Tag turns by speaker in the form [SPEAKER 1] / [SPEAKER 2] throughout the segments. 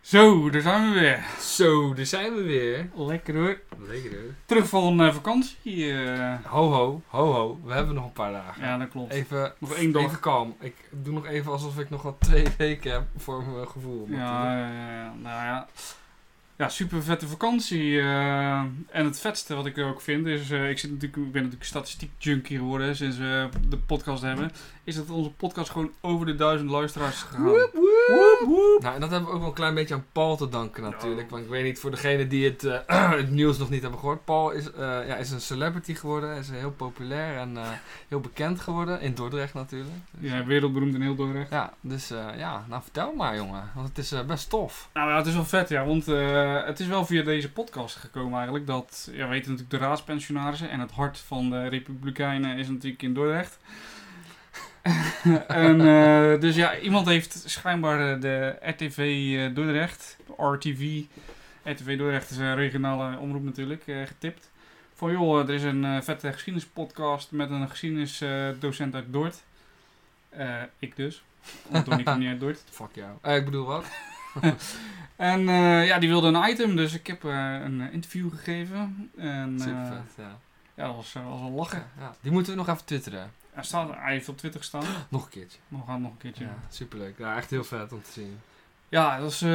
[SPEAKER 1] Zo, daar zijn we weer.
[SPEAKER 2] Zo, daar zijn we weer.
[SPEAKER 1] Lekker hoor.
[SPEAKER 2] Lekker hoor.
[SPEAKER 1] Terug van eh, vakantie. eh.
[SPEAKER 2] Ho ho, ho ho. We hebben nog een paar dagen.
[SPEAKER 1] ja, dat klopt.
[SPEAKER 2] Even,
[SPEAKER 1] Nog één dag.
[SPEAKER 2] even kalm. Ik doe nog even alsof ik nog wat twee weken heb voor mijn gevoel.
[SPEAKER 1] Ja, ja, ja, nou ja. Ja, super vette vakantie. eh. en het vetste wat ik ook vind is, eh, ik, zit natuurlijk, ik ben natuurlijk statistiek junkie geworden sinds we de podcast hebben, is dat onze podcast gewoon over de duizend luisteraars is gegaan. Woep, woep. Nou.
[SPEAKER 2] Nou, en dat hebben we ook wel een klein beetje aan Paul te danken natuurlijk.
[SPEAKER 1] Ja.
[SPEAKER 2] Want ik weet niet, voor degenen die het, eh, het nieuws nog niet hebben gehoord. Paul is, eh, ja, is een celebrity geworden. Hij is eh, heel populair en eh, heel bekend geworden. In Dordrecht natuurlijk. Dus,
[SPEAKER 1] Ja, wereldberoemd en heel doorrecht.
[SPEAKER 2] ja, dus eh, ja, nou vertel maar jongen. Want het is eh, best tof.
[SPEAKER 1] Nou ja, het is wel vet, ja. Want eh, het is wel via deze podcast gekomen eigenlijk. Dat, ja, we weten natuurlijk de raadspensionarissen. En het hart van de Republikeinen is natuurlijk in Dordrecht. en, eh, dus ja, iemand heeft schijnbaar eh, de RTV eh, Dordrecht, RTV. RTV Dordrecht is een regionale omroep natuurlijk, eh, getipt. Van joh, eh, er is een eh, vette geschiedenispodcast met een geschiedenisdocent uit Dordt. Eh, ik dus. Want toen ik niet uit Dordt.
[SPEAKER 2] Fuck jou. Eh, ik bedoel wat?
[SPEAKER 1] En eh, ja, die wilde een item, dus ik heb eh, een eh, interview gegeven. En, eh,
[SPEAKER 2] Super vet, ja.
[SPEAKER 1] ja, dat was, eh, was wel lachen.
[SPEAKER 2] Ja, die moeten we nog even twitteren.
[SPEAKER 1] Hij, staat, hij heeft op Twitter gestaan.
[SPEAKER 2] Nog een keertje.
[SPEAKER 1] We gaan nog een keertje. Ja,
[SPEAKER 2] Ja, superleuk. Ja, echt heel vet om te zien.
[SPEAKER 1] dat was eh,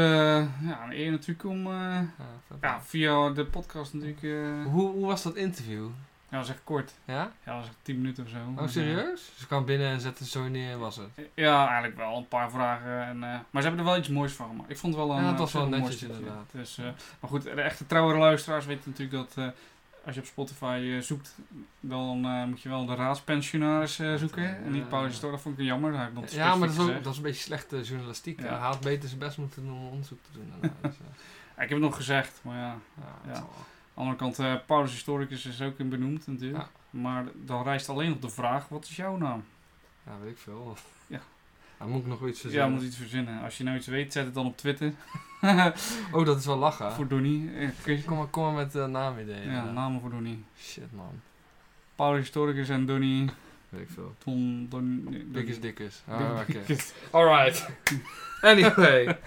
[SPEAKER 1] ja, een eer natuurlijk om... eh,
[SPEAKER 2] Ja, vet.
[SPEAKER 1] ja, via de podcast natuurlijk. eh,
[SPEAKER 2] Hoe, hoe was dat interview?
[SPEAKER 1] ja, dat was echt kort.
[SPEAKER 2] Ja?
[SPEAKER 1] Ja, dat was echt 10 minuten of zo.
[SPEAKER 2] Oh,
[SPEAKER 1] Maar,
[SPEAKER 2] serieus? Ze kwam binnen en zette zo neer en was het.
[SPEAKER 1] eh, ja, eigenlijk wel. Een paar vragen. En, eh, maar ze hebben er wel iets moois van gemaakt. Ik vond het wel een...
[SPEAKER 2] Ja, het
[SPEAKER 1] eh,
[SPEAKER 2] was wel
[SPEAKER 1] een mooi
[SPEAKER 2] netjes
[SPEAKER 1] stukje.
[SPEAKER 2] inderdaad.
[SPEAKER 1] Dus, eh, maar goed, de echte trouwe luisteraars weten natuurlijk dat... eh, als je op Spotify eh, zoekt, dan eh, moet je wel de raadspensionaris eh, zoeken. en niet
[SPEAKER 2] eh,
[SPEAKER 1] Paulus Stoor, dat vond ik jammer. dat had ik nog
[SPEAKER 2] Ja, maar dat is, ook,
[SPEAKER 1] gezegd.
[SPEAKER 2] dat is een beetje slechte journalistiek.
[SPEAKER 1] Ja.
[SPEAKER 2] Hij had beter zijn best moeten doen om onderzoek te doen. daarna. Dus, eh,
[SPEAKER 1] Ja, ik heb het nog gezegd, maar ja. Aan
[SPEAKER 2] ja,
[SPEAKER 1] Ja.
[SPEAKER 2] het zal wel.
[SPEAKER 1] de andere kant, eh, Paulus Historicus is ook in benoemd natuurlijk.
[SPEAKER 2] Ja.
[SPEAKER 1] Maar dan rijst alleen op de vraag, wat is jouw naam?
[SPEAKER 2] ja, weet ik veel.
[SPEAKER 1] Ja.
[SPEAKER 2] Daar moet ik nog iets
[SPEAKER 1] Ja,
[SPEAKER 2] verzinnen.
[SPEAKER 1] moet iets verzinnen. Als je nou iets weet, zet het dan op Twitter.
[SPEAKER 2] Oh, dat is wel lachen.
[SPEAKER 1] voor Donnie. Eh, kun je-
[SPEAKER 2] Kom maar, kom maar met eh, naamideeën.
[SPEAKER 1] Ja, namen voor Donnie.
[SPEAKER 2] Shit, man.
[SPEAKER 1] Paulus Historicus en Donnie.
[SPEAKER 2] Weet ik veel.
[SPEAKER 1] Don, Don, Donnie.
[SPEAKER 2] Dikkes, dikkes. Oh, oké.
[SPEAKER 1] Dikkes.
[SPEAKER 2] Alright. Anyway.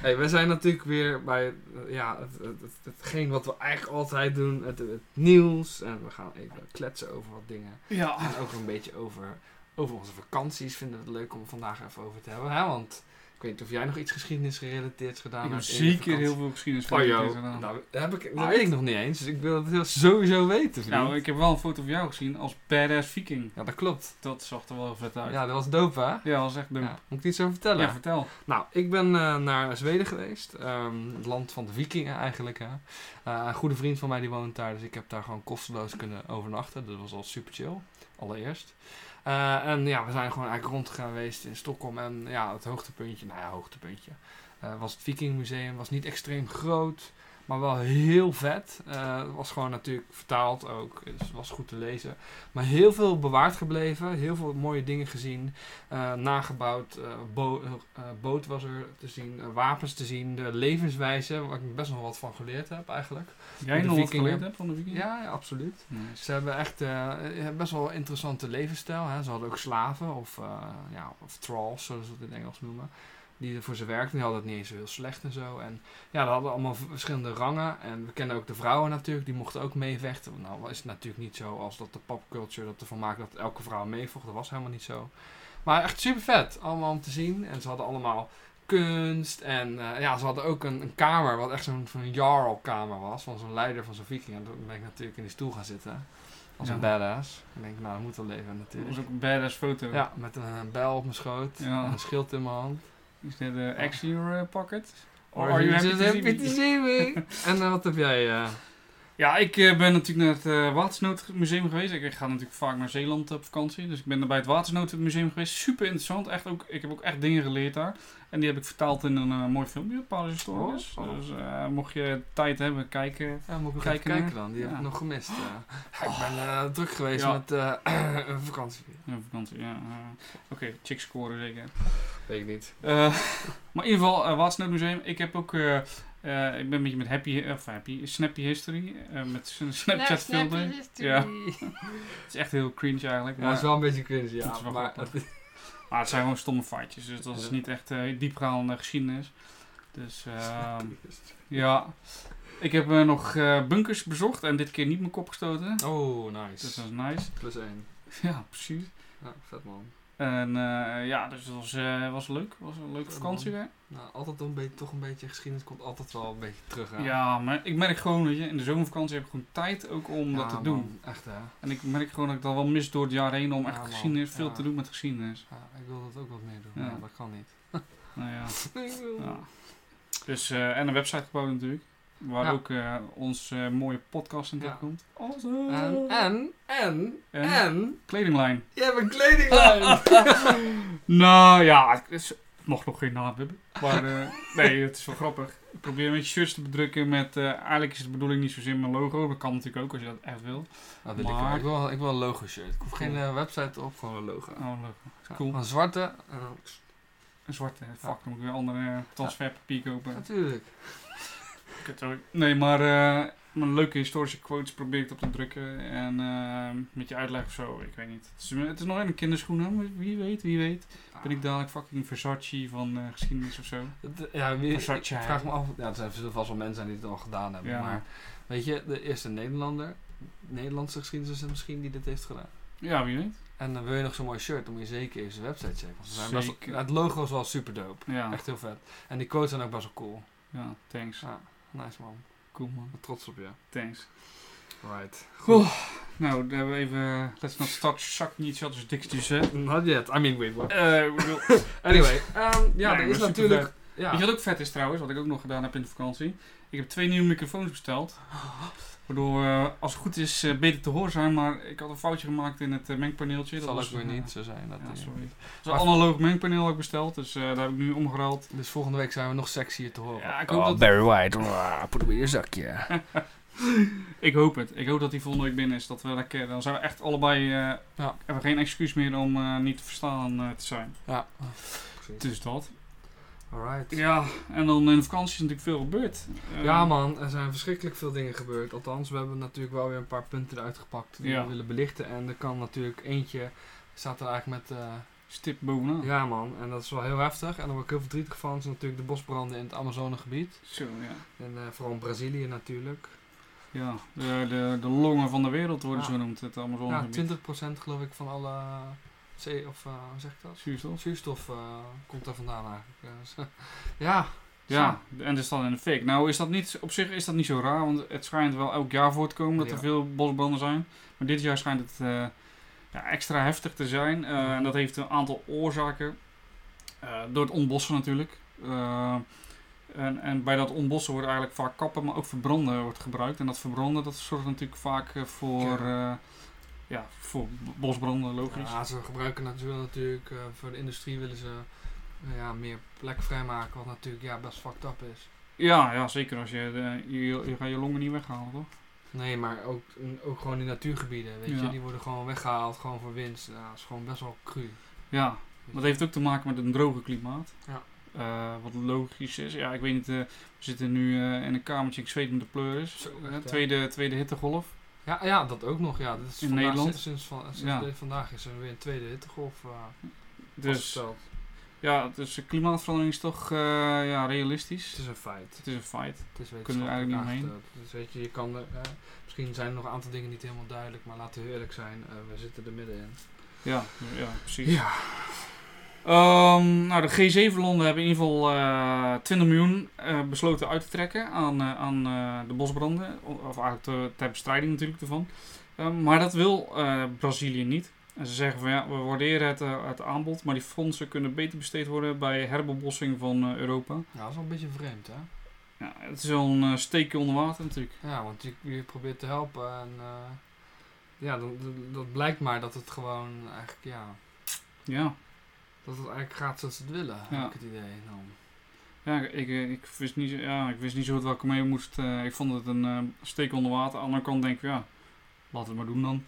[SPEAKER 2] hey, we zijn natuurlijk weer bij eh, ja, het, het, het- hetgeen wat we eigenlijk altijd doen. Het, het nieuws. En we gaan even kletsen over wat dingen.
[SPEAKER 1] Ja.
[SPEAKER 2] En ook een beetje over, over onze vakanties. Vinden we het leuk om er vandaag even over te hebben. Hè? Want ik weet niet of jij nog iets geschiedenis gerelateerd gedaan
[SPEAKER 1] Ik heb
[SPEAKER 2] hebt. in je
[SPEAKER 1] zeker
[SPEAKER 2] vakantie.
[SPEAKER 1] heel veel geschiedenis
[SPEAKER 2] Oh,
[SPEAKER 1] geleerd
[SPEAKER 2] joh.
[SPEAKER 1] gedaan. Ah,
[SPEAKER 2] Nou, dat heb ik, dat weet ik nog niet eens. Dus ik wil het heel sowieso weten. vriend.
[SPEAKER 1] Nou, ik heb wel een foto van jou gezien als badass viking.
[SPEAKER 2] ja, dat klopt.
[SPEAKER 1] Dat zag er wel heel vet uit. Ja,
[SPEAKER 2] Ja, dat was dope, hè?
[SPEAKER 1] dat was echt dope.
[SPEAKER 2] Ja, moet ik iets over
[SPEAKER 1] Ja,
[SPEAKER 2] vertellen?
[SPEAKER 1] vertel.
[SPEAKER 2] Nou, ik ben eh, naar Zweden geweest. Ehm, het land van de vikingen eigenlijk. Hè. Eh, een goede vriend van mij die woont daar. Dus ik heb daar gewoon kosteloos kunnen overnachten. Dat was al super chill. Allereerst. Eh, en ja, we zijn gewoon eigenlijk rond geweest in Stockholm. En ja, het hoogtepuntje. Nou ja, hoogtepuntje. eh, was het vikingmuseum. Was niet extreem groot. Maar wel heel vet. Eh, Het was gewoon natuurlijk vertaald ook. Dus het was goed te lezen. Maar heel veel bewaard gebleven. Heel veel mooie dingen gezien. Eh, nagebouwd. eh, bo- eh, boot was er te zien, eh, wapens te zien, de levenswijze, waar ik best nog wat van geleerd heb eigenlijk.
[SPEAKER 1] Jij
[SPEAKER 2] de
[SPEAKER 1] nog wat
[SPEAKER 2] vikingen.
[SPEAKER 1] geleerd hebt van de viking?
[SPEAKER 2] Ja, ja, absoluut.
[SPEAKER 1] Nice.
[SPEAKER 2] Ze hebben echt eh, best wel een interessante levensstijl. Hè. Ze hadden ook slaven of, eh, ja, of thralls, zoals ze het in Engels noemen. Die voor ze werkten, die hadden het niet eens zo heel slecht en zo. En ja, dat hadden allemaal v- verschillende rangen. En we kennen ook de vrouwen natuurlijk, die mochten ook meevechten. Nou is het natuurlijk niet zo als dat de popculture dat ervan maakt dat elke vrouw meevocht. Dat was helemaal niet zo. Maar echt super vet, allemaal om te zien. En ze hadden allemaal kunst. En eh, ja, ze hadden ook een, een kamer, wat echt zo'n zo'n jarl-kamer was. Van zo'n leider van zo'n viking. En toen ben ik natuurlijk in die stoel gaan zitten. Als een
[SPEAKER 1] Ja.
[SPEAKER 2] badass. Ik denk, nou, dat moet wel leven
[SPEAKER 1] Dat was
[SPEAKER 2] natuurlijk.
[SPEAKER 1] ook een badass foto.
[SPEAKER 2] Ja, met een, eh, bijl op mijn schoot.
[SPEAKER 1] Ja.
[SPEAKER 2] En een schild in mijn hand.
[SPEAKER 1] Is dit de X in your eh, pocket? Or are you happy to see me?
[SPEAKER 2] see me? en eh, wat heb jij? eh?
[SPEAKER 1] Ja, ik eh, ben natuurlijk naar het eh, Watersnoodmuseum geweest. Ik ga natuurlijk vaak naar Zeeland op vakantie. Dus ik ben daar bij het Watersnoodmuseum geweest. Super interessant. Echt ook, ik heb ook echt dingen geleerd daar. En die heb ik vertaald in een eh, mooi filmpje op Paulus Historicus.
[SPEAKER 2] Oh, oh.
[SPEAKER 1] Dus eh, mocht je tijd hebben, kijken.
[SPEAKER 2] Ja, moet ik nog
[SPEAKER 1] Kijk
[SPEAKER 2] even
[SPEAKER 1] ernaar.
[SPEAKER 2] kijken dan. Die heb
[SPEAKER 1] Ja.
[SPEAKER 2] ik nog gemist. eh. Ja, ik ben eh, druk geweest
[SPEAKER 1] Ja.
[SPEAKER 2] met eh, een vakantie.
[SPEAKER 1] Ja, vakantie, ja. eh, Oké, chick scoren zeker.
[SPEAKER 2] Weet ik niet.
[SPEAKER 1] Eh, maar in ieder geval, uh, Museum. Ik heb ook... eh, eh, ik ben een beetje met happy, of happy, snappy history. eh, met zo'n Snapchat filter. Ja. Het is echt heel cringe eigenlijk.
[SPEAKER 2] Ja,
[SPEAKER 1] maar-
[SPEAKER 2] dat is wel een beetje cringe,
[SPEAKER 1] Dat
[SPEAKER 2] ja.
[SPEAKER 1] is wel
[SPEAKER 2] Maar
[SPEAKER 1] grappig. Maar het zijn gewoon stomme feitjes, dus dat is niet echt eh diepgaande geschiedenis. Dus ehm, ja, ik heb eh, nog eh, bunkers bezocht en dit keer niet mijn kop gestoten. Dus
[SPEAKER 2] Oh, nice.
[SPEAKER 1] dat is nice.
[SPEAKER 2] Plus één.
[SPEAKER 1] Ja, precies.
[SPEAKER 2] Ja, vet man.
[SPEAKER 1] En eh, ja, dus dat was, eh, was leuk. was een leuke vakantie weer.
[SPEAKER 2] Nou, altijd een beetje, toch een beetje geschiedenis komt altijd wel een beetje terug. Hè?
[SPEAKER 1] Ja. maar ik merk gewoon dat je in de zomervakantie heb ik gewoon tijd ook om
[SPEAKER 2] Ja,
[SPEAKER 1] dat te
[SPEAKER 2] man,
[SPEAKER 1] doen.
[SPEAKER 2] Echt hè.
[SPEAKER 1] En ik merk gewoon dat ik dat wel mis door het jaar heen om
[SPEAKER 2] Ja,
[SPEAKER 1] echt
[SPEAKER 2] man.
[SPEAKER 1] geschiedenis, veel
[SPEAKER 2] Ja.
[SPEAKER 1] te doen met geschiedenis.
[SPEAKER 2] Ja, ik wil dat ook wat meer doen.
[SPEAKER 1] Ja.
[SPEAKER 2] Ja, dat kan niet.
[SPEAKER 1] Nou ja.
[SPEAKER 2] Ik wil-
[SPEAKER 1] ja. Dus, eh, en een website gebouwd natuurlijk. Waar
[SPEAKER 2] Ja.
[SPEAKER 1] ook eh ons eh, mooie podcast in
[SPEAKER 2] Ja. Eh,
[SPEAKER 1] terecht komt. Awesome.
[SPEAKER 2] En, en, en,
[SPEAKER 1] En?
[SPEAKER 2] en,
[SPEAKER 1] Kledinglijn.
[SPEAKER 2] je hebt een kledinglijn.
[SPEAKER 1] Nou ja, het is- het mag nog geen naam hebben. Maar eh, nee, het is wel grappig. Ik probeer met shirts te bedrukken met... eh, eigenlijk is de bedoeling niet zozeer mijn logo. Dat kan natuurlijk ook als je dat echt wil.
[SPEAKER 2] Dat wil ik
[SPEAKER 1] Maar-
[SPEAKER 2] wel. Ik wil, ik wil een logo shirt. Ik hoef geen
[SPEAKER 1] Cool.
[SPEAKER 2] eh, website op, gewoon een logo.
[SPEAKER 1] Oh, leuk.
[SPEAKER 2] Ja,
[SPEAKER 1] cool.
[SPEAKER 2] Een zwarte. en dan-
[SPEAKER 1] Een zwarte. Fuck, dan moet ik weer andere eh, transferpapier kopen.
[SPEAKER 2] natuurlijk.
[SPEAKER 1] Kut, sorry. Nee, maar eh, mijn leuke historische quotes probeer ik op te drukken. En eh, met je uitleg of zo, ik weet niet. Het is, het is nog in de kinderschoenen, maar wie weet, wie weet. Ben ik dadelijk fucking Versace van eh, geschiedenis of zo?
[SPEAKER 2] Het- Ja, wie, ik
[SPEAKER 1] Versace.
[SPEAKER 2] vraag me af. Ja, er zijn vast wel mensen die het al gedaan hebben.
[SPEAKER 1] Ja.
[SPEAKER 2] Maar weet je, de eerste Nederlander, Nederlandse geschiedenis is het misschien die dit heeft gedaan.
[SPEAKER 1] Ja, wie weet.
[SPEAKER 2] En dan wil je nog zo'n mooi shirt, dan moet je zeker even zijn website checken. Want ze zijn best wel-
[SPEAKER 1] Zeker.
[SPEAKER 2] ja, het logo is wel super dope.
[SPEAKER 1] Ja,
[SPEAKER 2] Echt heel vet. En die quotes zijn ook best wel cool.
[SPEAKER 1] ja thanks.
[SPEAKER 2] Ja, nice man. Ik
[SPEAKER 1] Cool man,
[SPEAKER 2] ben trots op je.
[SPEAKER 1] thanks.
[SPEAKER 2] Right.
[SPEAKER 1] Goed. Nou, daar hebben we even... eh, Let's not start sucking each other's dicks to set.
[SPEAKER 2] Not yet. I mean, wait, what?
[SPEAKER 1] Eh, we will-
[SPEAKER 2] Anyway, ehm, ja,
[SPEAKER 1] Nee,
[SPEAKER 2] er
[SPEAKER 1] maar
[SPEAKER 2] is
[SPEAKER 1] super
[SPEAKER 2] natuurlijk...
[SPEAKER 1] Weet je
[SPEAKER 2] Ja.
[SPEAKER 1] wat ook vet is trouwens, wat ik ook nog gedaan heb in de vakantie? Ik heb twee nieuwe microfoons besteld. Waardoor eh, als het goed is eh, beter te horen zijn, maar ik had een foutje gemaakt in het eh, mengpaneeltje.
[SPEAKER 2] Het zal ook
[SPEAKER 1] was,
[SPEAKER 2] weer
[SPEAKER 1] eh,
[SPEAKER 2] niet zo zijn. Dat
[SPEAKER 1] ja,
[SPEAKER 2] eh,
[SPEAKER 1] sorry. Het is een analoog mengpaneel ook besteld, dus eh, daar heb ik nu omgeruild.
[SPEAKER 2] Dus volgende week zijn we nog sexier te horen.
[SPEAKER 1] Ja, ik hoop dat-
[SPEAKER 2] Barry White, Mwah, put hem in je zakje.
[SPEAKER 1] Ik hoop het. Ik hoop dat die volgende week binnen is. Dat we lekker, dan zijn we echt allebei... eh, Hebben we geen excuus meer om eh, niet te verstaan eh, te zijn.
[SPEAKER 2] Ja.
[SPEAKER 1] Dus dat.
[SPEAKER 2] Alright.
[SPEAKER 1] Ja, en dan in de vakantie is natuurlijk veel gebeurd. Eh,
[SPEAKER 2] Ja man, er zijn verschrikkelijk veel dingen gebeurd. Althans, we hebben natuurlijk wel weer een paar punten eruit gepakt die
[SPEAKER 1] Ja.
[SPEAKER 2] we willen belichten. En er kan natuurlijk eentje, staat er eigenlijk met... eh,
[SPEAKER 1] Stip bovenaan.
[SPEAKER 2] Ja man, en dat is wel heel heftig. En daar word ik heel verdrietig van. is natuurlijk de bosbranden in het Amazonegebied.
[SPEAKER 1] Zo, ja.
[SPEAKER 2] En eh, vooral in Brazilië natuurlijk.
[SPEAKER 1] Ja, de, de, de longen van de wereld worden
[SPEAKER 2] Ja.
[SPEAKER 1] zo genoemd, het
[SPEAKER 2] Ja,
[SPEAKER 1] Amazonegebied.
[SPEAKER 2] 20% geloof ik van alle... zee- of eh, hoe zeg ik dat?
[SPEAKER 1] Zuurstof.
[SPEAKER 2] Zuurstof eh, komt daar vandaan eigenlijk. Ja, dus- ja.
[SPEAKER 1] Ja, en dat is dan in de fik. Nou, is dat niet, op zich is dat niet zo raar, want het schijnt wel elk jaar voor te komen dat er
[SPEAKER 2] Ja.
[SPEAKER 1] veel bosbranden zijn. Maar dit jaar schijnt het eh, ja, extra heftig te zijn. Eh, en dat heeft een aantal oorzaken. Eh, door het ontbossen natuurlijk. Eh, en, en bij dat ontbossen wordt eigenlijk vaak kappen, maar ook verbranden wordt gebruikt. En dat verbranden dat zorgt natuurlijk vaak eh, voor, eh, ja, voor bosbranden, logisch.
[SPEAKER 2] Ja, ze gebruiken natuurlijk, natuurlijk eh, voor de industrie willen ze eh, ja, meer plek vrijmaken, wat natuurlijk ja, best fucked up is.
[SPEAKER 1] Ja, ja zeker. Als je, de, je, je gaat je longen niet weghalen, toch?
[SPEAKER 2] Nee, maar ook, ook gewoon die natuurgebieden, weet
[SPEAKER 1] Ja.
[SPEAKER 2] je, die worden gewoon weggehaald, gewoon voor winst. Ja, dat is gewoon best wel cru.
[SPEAKER 1] Ja, dat heeft ook te maken met een droge klimaat.
[SPEAKER 2] Ja.
[SPEAKER 1] Eh, wat logisch is. Ja, ik weet niet. eh, we zitten nu eh, in een kamertje. Ik zweet met de pleuris.
[SPEAKER 2] Zo,
[SPEAKER 1] Eh,
[SPEAKER 2] echt, hè?
[SPEAKER 1] tweede, tweede hittegolf.
[SPEAKER 2] Ja, ja, dat ook nog. Ja, dit is
[SPEAKER 1] In
[SPEAKER 2] vandaag-
[SPEAKER 1] Nederland?
[SPEAKER 2] Sinds, sinds van, sinds
[SPEAKER 1] Ja.
[SPEAKER 2] de- vandaag is er weer een tweede hittegolf eh
[SPEAKER 1] Dus
[SPEAKER 2] vastgesteld.
[SPEAKER 1] ja, dus de klimaatverandering is toch eh, ja,
[SPEAKER 2] Het
[SPEAKER 1] realistisch.
[SPEAKER 2] is een feit.
[SPEAKER 1] Het is een feit.
[SPEAKER 2] Het is
[SPEAKER 1] Kunnen we er eigenlijk niet
[SPEAKER 2] wetenschappelijk aangetoond. Dus weet je, je kan er, eh, misschien zijn er nog een aantal dingen niet helemaal duidelijk, maar laten we eerlijk zijn, eh, we zitten er middenin.
[SPEAKER 1] Ja, dus, ja precies.
[SPEAKER 2] Ja.
[SPEAKER 1] Ehm, nou, de G7-landen hebben in ieder geval eh, 20 miljoen eh, besloten uit te trekken aan, eh, aan eh, de bosbranden. O- Of eigenlijk te- ter bestrijding natuurlijk ervan. Ehm, maar dat wil eh, Brazilië niet. En ze zeggen van ja, we waarderen het, eh, het aanbod, maar die fondsen kunnen beter besteed worden bij herbebossing van eh, Europa.
[SPEAKER 2] Nou, dat is wel een beetje vreemd, hè?
[SPEAKER 1] Ja, het is wel een eh, steekje onder water natuurlijk.
[SPEAKER 2] Ja, want je, je probeert te helpen en eh, ja, dan, dan- dat blijkt maar dat het gewoon eigenlijk, ja,
[SPEAKER 1] Ja,
[SPEAKER 2] dat het eigenlijk gaat zoals ze het willen,
[SPEAKER 1] Ja.
[SPEAKER 2] heb ik het idee. Nou, Dan.
[SPEAKER 1] ja, ik, eh, ik, wist niet, zo- ja ik wist niet zo goed waar ik mee moest. eh, ik vond het een eh steek onder water. Aan de andere kant denk ik, ja, laten we het maar doen dan.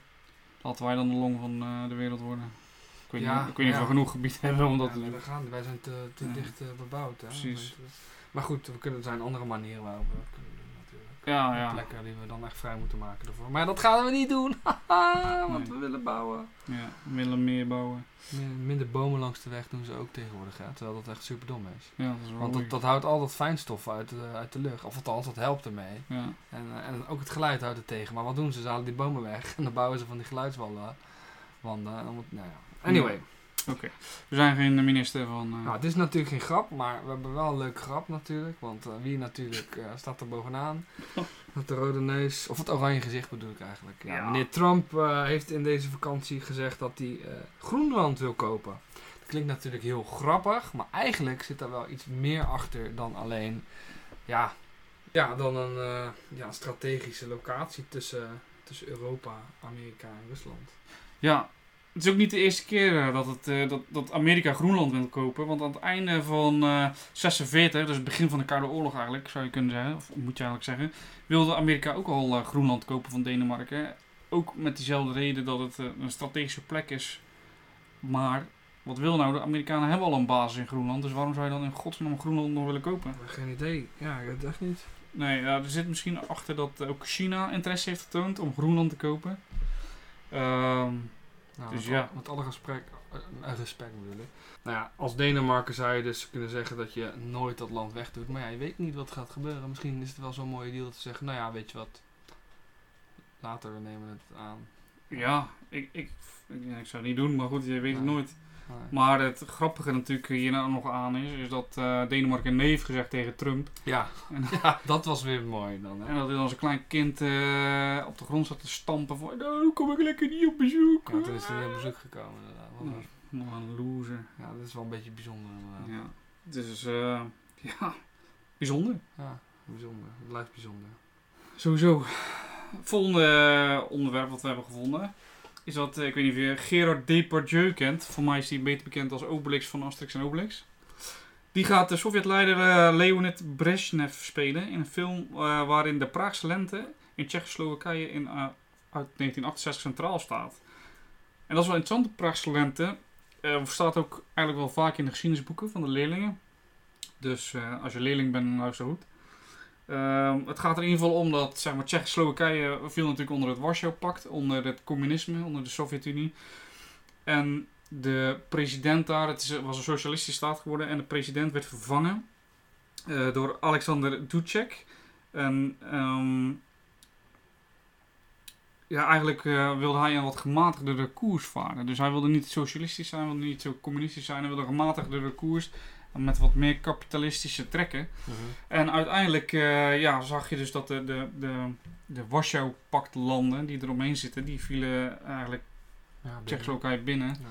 [SPEAKER 1] Laten wij dan de long van eh, de wereld worden. Ik weet
[SPEAKER 2] Ja,
[SPEAKER 1] niet, ik weet niet
[SPEAKER 2] ja.
[SPEAKER 1] of we genoeg gebied hebben om dat
[SPEAKER 2] Ja,
[SPEAKER 1] te
[SPEAKER 2] nee,
[SPEAKER 1] doen.
[SPEAKER 2] we gaan, wij zijn te, te
[SPEAKER 1] Ja.
[SPEAKER 2] dicht eh, bebouwd, hè?
[SPEAKER 1] Precies.
[SPEAKER 2] Maar goed, we kunnen, er zijn andere manieren waarop we dat kunnen doen, natuurlijk.
[SPEAKER 1] Ah, Ja,
[SPEAKER 2] Een
[SPEAKER 1] ja.
[SPEAKER 2] Plekken die we dan echt vrij moeten maken ervoor. Maar dat gaan we niet doen, haha, want
[SPEAKER 1] Nee.
[SPEAKER 2] we willen bouwen.
[SPEAKER 1] ja. Willen meer bouwen.
[SPEAKER 2] Min- Minder bomen langs de weg doen ze ook tegenwoordig, hè? terwijl dat echt super dom is.
[SPEAKER 1] Ja, dat is wel
[SPEAKER 2] Want dat,
[SPEAKER 1] logisch.
[SPEAKER 2] dat houdt al dat fijnstof uit, de- uit de lucht. Of althans, dat helpt ermee.
[SPEAKER 1] Ja.
[SPEAKER 2] En, eh, en ook het geluid houdt het tegen. Maar wat doen ze? Ze halen die bomen weg. En dan bouwen ze van die geluidswanden. Wanden. En dan moet- nou ja. Anyway.
[SPEAKER 1] We zijn geen minister van... eh,
[SPEAKER 2] Nou, het is natuurlijk geen grap. Maar we hebben wel een leuke grap natuurlijk. Want eh, wie natuurlijk eh, staat er bovenaan? Met de rode neus. Of het oranje gezicht bedoel ik eigenlijk. Ja,
[SPEAKER 1] Ja.
[SPEAKER 2] Meneer Trump eh, heeft in deze vakantie gezegd dat hij eh, Groenland wil kopen. Dat klinkt natuurlijk heel grappig. Maar eigenlijk zit daar wel iets meer achter dan alleen... Ja, Ja, dan een eh, ja, strategische locatie tussen, tussen Europa, Amerika en Rusland.
[SPEAKER 1] Ja, het is ook niet de eerste keer eh, dat, het, eh, dat, dat Amerika Groenland wil kopen. Want aan het einde van eh 46, dus het begin van de Koude Oorlog eigenlijk, zou je kunnen zeggen, of moet je eigenlijk zeggen, wilde Amerika ook al eh, Groenland kopen van Denemarken. Ook met diezelfde reden dat het eh, een strategische plek is. Maar wat wil nou? De Amerikanen hebben al een basis in Groenland, dus waarom zou je dan in godsnaam Groenland nog willen kopen?
[SPEAKER 2] Maar geen idee. Ja, ik weet het echt niet.
[SPEAKER 1] Nee, ja, er zit misschien achter dat ook China interesse heeft getoond om Groenland te kopen. Ehm
[SPEAKER 2] Nou,
[SPEAKER 1] Dus
[SPEAKER 2] met,
[SPEAKER 1] ja.
[SPEAKER 2] al- met alle gesprek, eh, eh, respect bedoel ik. Nou ja, als Denemarken zou je dus kunnen zeggen dat je nooit dat land wegdoet. Maar ja, je weet niet wat gaat gebeuren. Misschien is het wel zo'n mooie deal dat ze zeggen, nou ja, weet je wat. Later, we nemen het aan.
[SPEAKER 1] Ja, ik, ik, ja, ik zou het niet doen, maar goed, je weet het
[SPEAKER 2] Nee.
[SPEAKER 1] nooit.
[SPEAKER 2] Maar-
[SPEAKER 1] Maar het grappige natuurlijk hierna nog aan is, is dat eh, Denemarken nee heeft gezegd tegen Trump.
[SPEAKER 2] ja.
[SPEAKER 1] En-
[SPEAKER 2] ja, dat was weer mooi dan. Hè?
[SPEAKER 1] En dat hij dan zijn klein kind eh, op de grond zat te stampen van, nou kom ik lekker niet op bezoek.
[SPEAKER 2] Ja, toen is hij op bezoek gekomen inderdaad. Wat een-
[SPEAKER 1] Nog een loser.
[SPEAKER 2] Ja, dat is wel een beetje bijzonder inderdaad.
[SPEAKER 1] Ja. Dus eh, ja, bijzonder.
[SPEAKER 2] Ja, bijzonder. Het blijft bijzonder.
[SPEAKER 1] Sowieso. Volgende eh, onderwerp wat we hebben gevonden is dat, eh, ik weet niet of je Gerard Depardieu kent. Voor mij is hij beter bekend als Obelix van Asterix en Obelix. Die gaat de Sovjetleider eh, Leonid Brezhnev spelen in een film eh, waarin de Praagse lente in Tsjechoslowakije in, eh, uit 1968 centraal staat. En dat is wel interessant, de Praagse lente eh, staat ook eigenlijk wel vaak in de geschiedenisboeken van de leerlingen. Dus eh, als je leerling bent, luister goed. Ehm, het gaat er in ieder geval om dat zeg maar, Tsjechoslowakije viel natuurlijk onder het Warschau-pact, onder het communisme, onder de Sovjet-Unie. En de president daar, het is- was een socialistische staat geworden, en de president werd vervangen eh, door Alexander Dudek. En ehm, ja, eigenlijk eh, wilde hij een wat gematigdere koers varen. Dus hij wilde niet socialistisch zijn, wilde niet zo communistisch zijn, hij wilde een gematigdere koers met wat meer kapitalistische trekken.
[SPEAKER 2] Mhm.
[SPEAKER 1] En uiteindelijk eh, ja, zag je dus dat de, de, de, de Warschau-pact-landen die eromheen zitten, die vielen eigenlijk
[SPEAKER 2] Ja,
[SPEAKER 1] Tsjechoslowakije binnen.
[SPEAKER 2] Ja.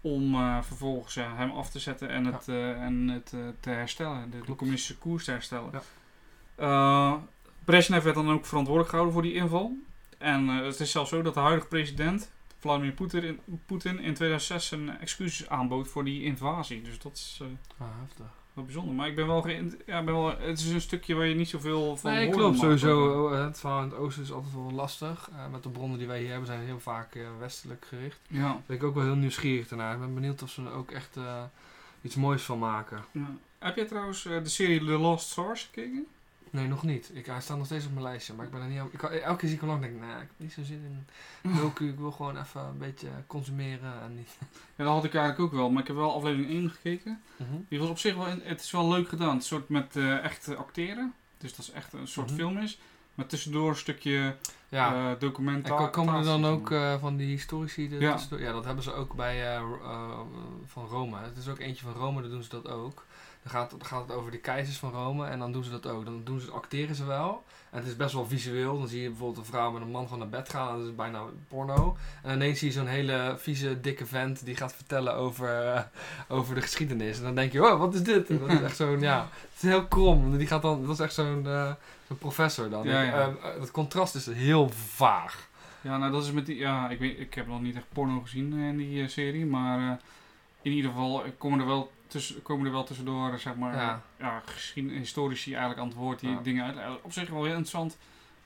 [SPEAKER 1] Om eh, vervolgens ja, hem af te zetten en
[SPEAKER 2] Ja.
[SPEAKER 1] het, eh, en het eh, te herstellen, de, de
[SPEAKER 2] Klopt.
[SPEAKER 1] communistische koers te herstellen.
[SPEAKER 2] Ja.
[SPEAKER 1] Eh, Brezhnev werd dan ook verantwoordelijk gehouden voor die inval. En eh, het is zelfs zo dat de huidige president, Vladimir Poetin, in, Poetin in 2006 zijn excuses aanbood voor die invasie. Dus dat is. eh,
[SPEAKER 2] Ah, heftig.
[SPEAKER 1] wat bijzonder, maar ik ben wel, geïnt- ja, ik ben wel. Het is een stukje waar je niet zoveel van
[SPEAKER 2] nee,
[SPEAKER 1] hoort.
[SPEAKER 2] klopt.
[SPEAKER 1] maar-
[SPEAKER 2] Sowieso, eh, het verhaal in het oosten is altijd wel lastig. Eh, met de bronnen die wij hier hebben zijn heel vaak eh, westelijk gericht.
[SPEAKER 1] Ja.
[SPEAKER 2] Daar ben ik ook wel heel nieuwsgierig daarnaar. Ik ben benieuwd of ze er ook echt eh, iets moois van maken.
[SPEAKER 1] ja. Heb jij trouwens eh, de serie The Lost Source gekeken?
[SPEAKER 2] Nee, nog niet. Ik, hij staat nog steeds op mijn lijstje, maar ik ben er niet aan- ik, kan- Elke keer zie ik hem lang denk ik, nou, ik heb niet zo zin in docu. Ik wil gewoon even een beetje consumeren en niet...
[SPEAKER 1] Ja, dat had ik eigenlijk ook wel, maar ik heb wel aflevering 1 gekeken. Die was op zich wel, in- het is wel leuk gedaan. Het soort met eh echt acteren, dus dat is echt een soort
[SPEAKER 2] Mhm.
[SPEAKER 1] film is. Maar tussendoor een stukje
[SPEAKER 2] Ja,
[SPEAKER 1] eh
[SPEAKER 2] En ko-
[SPEAKER 1] documentatie.
[SPEAKER 2] komen er dan ook eh, van die historici er
[SPEAKER 1] Ja.
[SPEAKER 2] tussendoor? Ja, dat hebben ze ook bij eh, Ro- eh, van Rome. Het is ook eentje van Rome, daar doen ze dat ook. Dan gaat, dan gaat het over de keizers van Rome en dan doen ze dat ook. Dan doen ze, acteren ze wel. En het is best wel visueel. Dan zie je bijvoorbeeld een vrouw met een man gewoon naar bed gaan. Dat is bijna porno. En ineens zie je zo'n hele vieze, dikke vent die gaat vertellen over, eh, over de geschiedenis. En dan denk je, oh, wat is dit? En dat is echt zo'n, ja, het is heel krom. Die gaat dan, dat is echt zo'n eh, zo'n professor dan.
[SPEAKER 1] Ja, ja.
[SPEAKER 2] Eh, eh, het contrast is heel vaag.
[SPEAKER 1] Ja, nou dat is met die. Ja, ik, weet, ik heb nog niet echt porno gezien eh, in die eh, serie, maar eh, in ieder geval eh, komen er wel, tussen, komen er wel tussendoor, eh, zeg maar,
[SPEAKER 2] Ja.
[SPEAKER 1] ja. geschiedenis- historici eigenlijk antwoord die
[SPEAKER 2] Ja.
[SPEAKER 1] dingen uit. eh, Op zich wel heel interessant.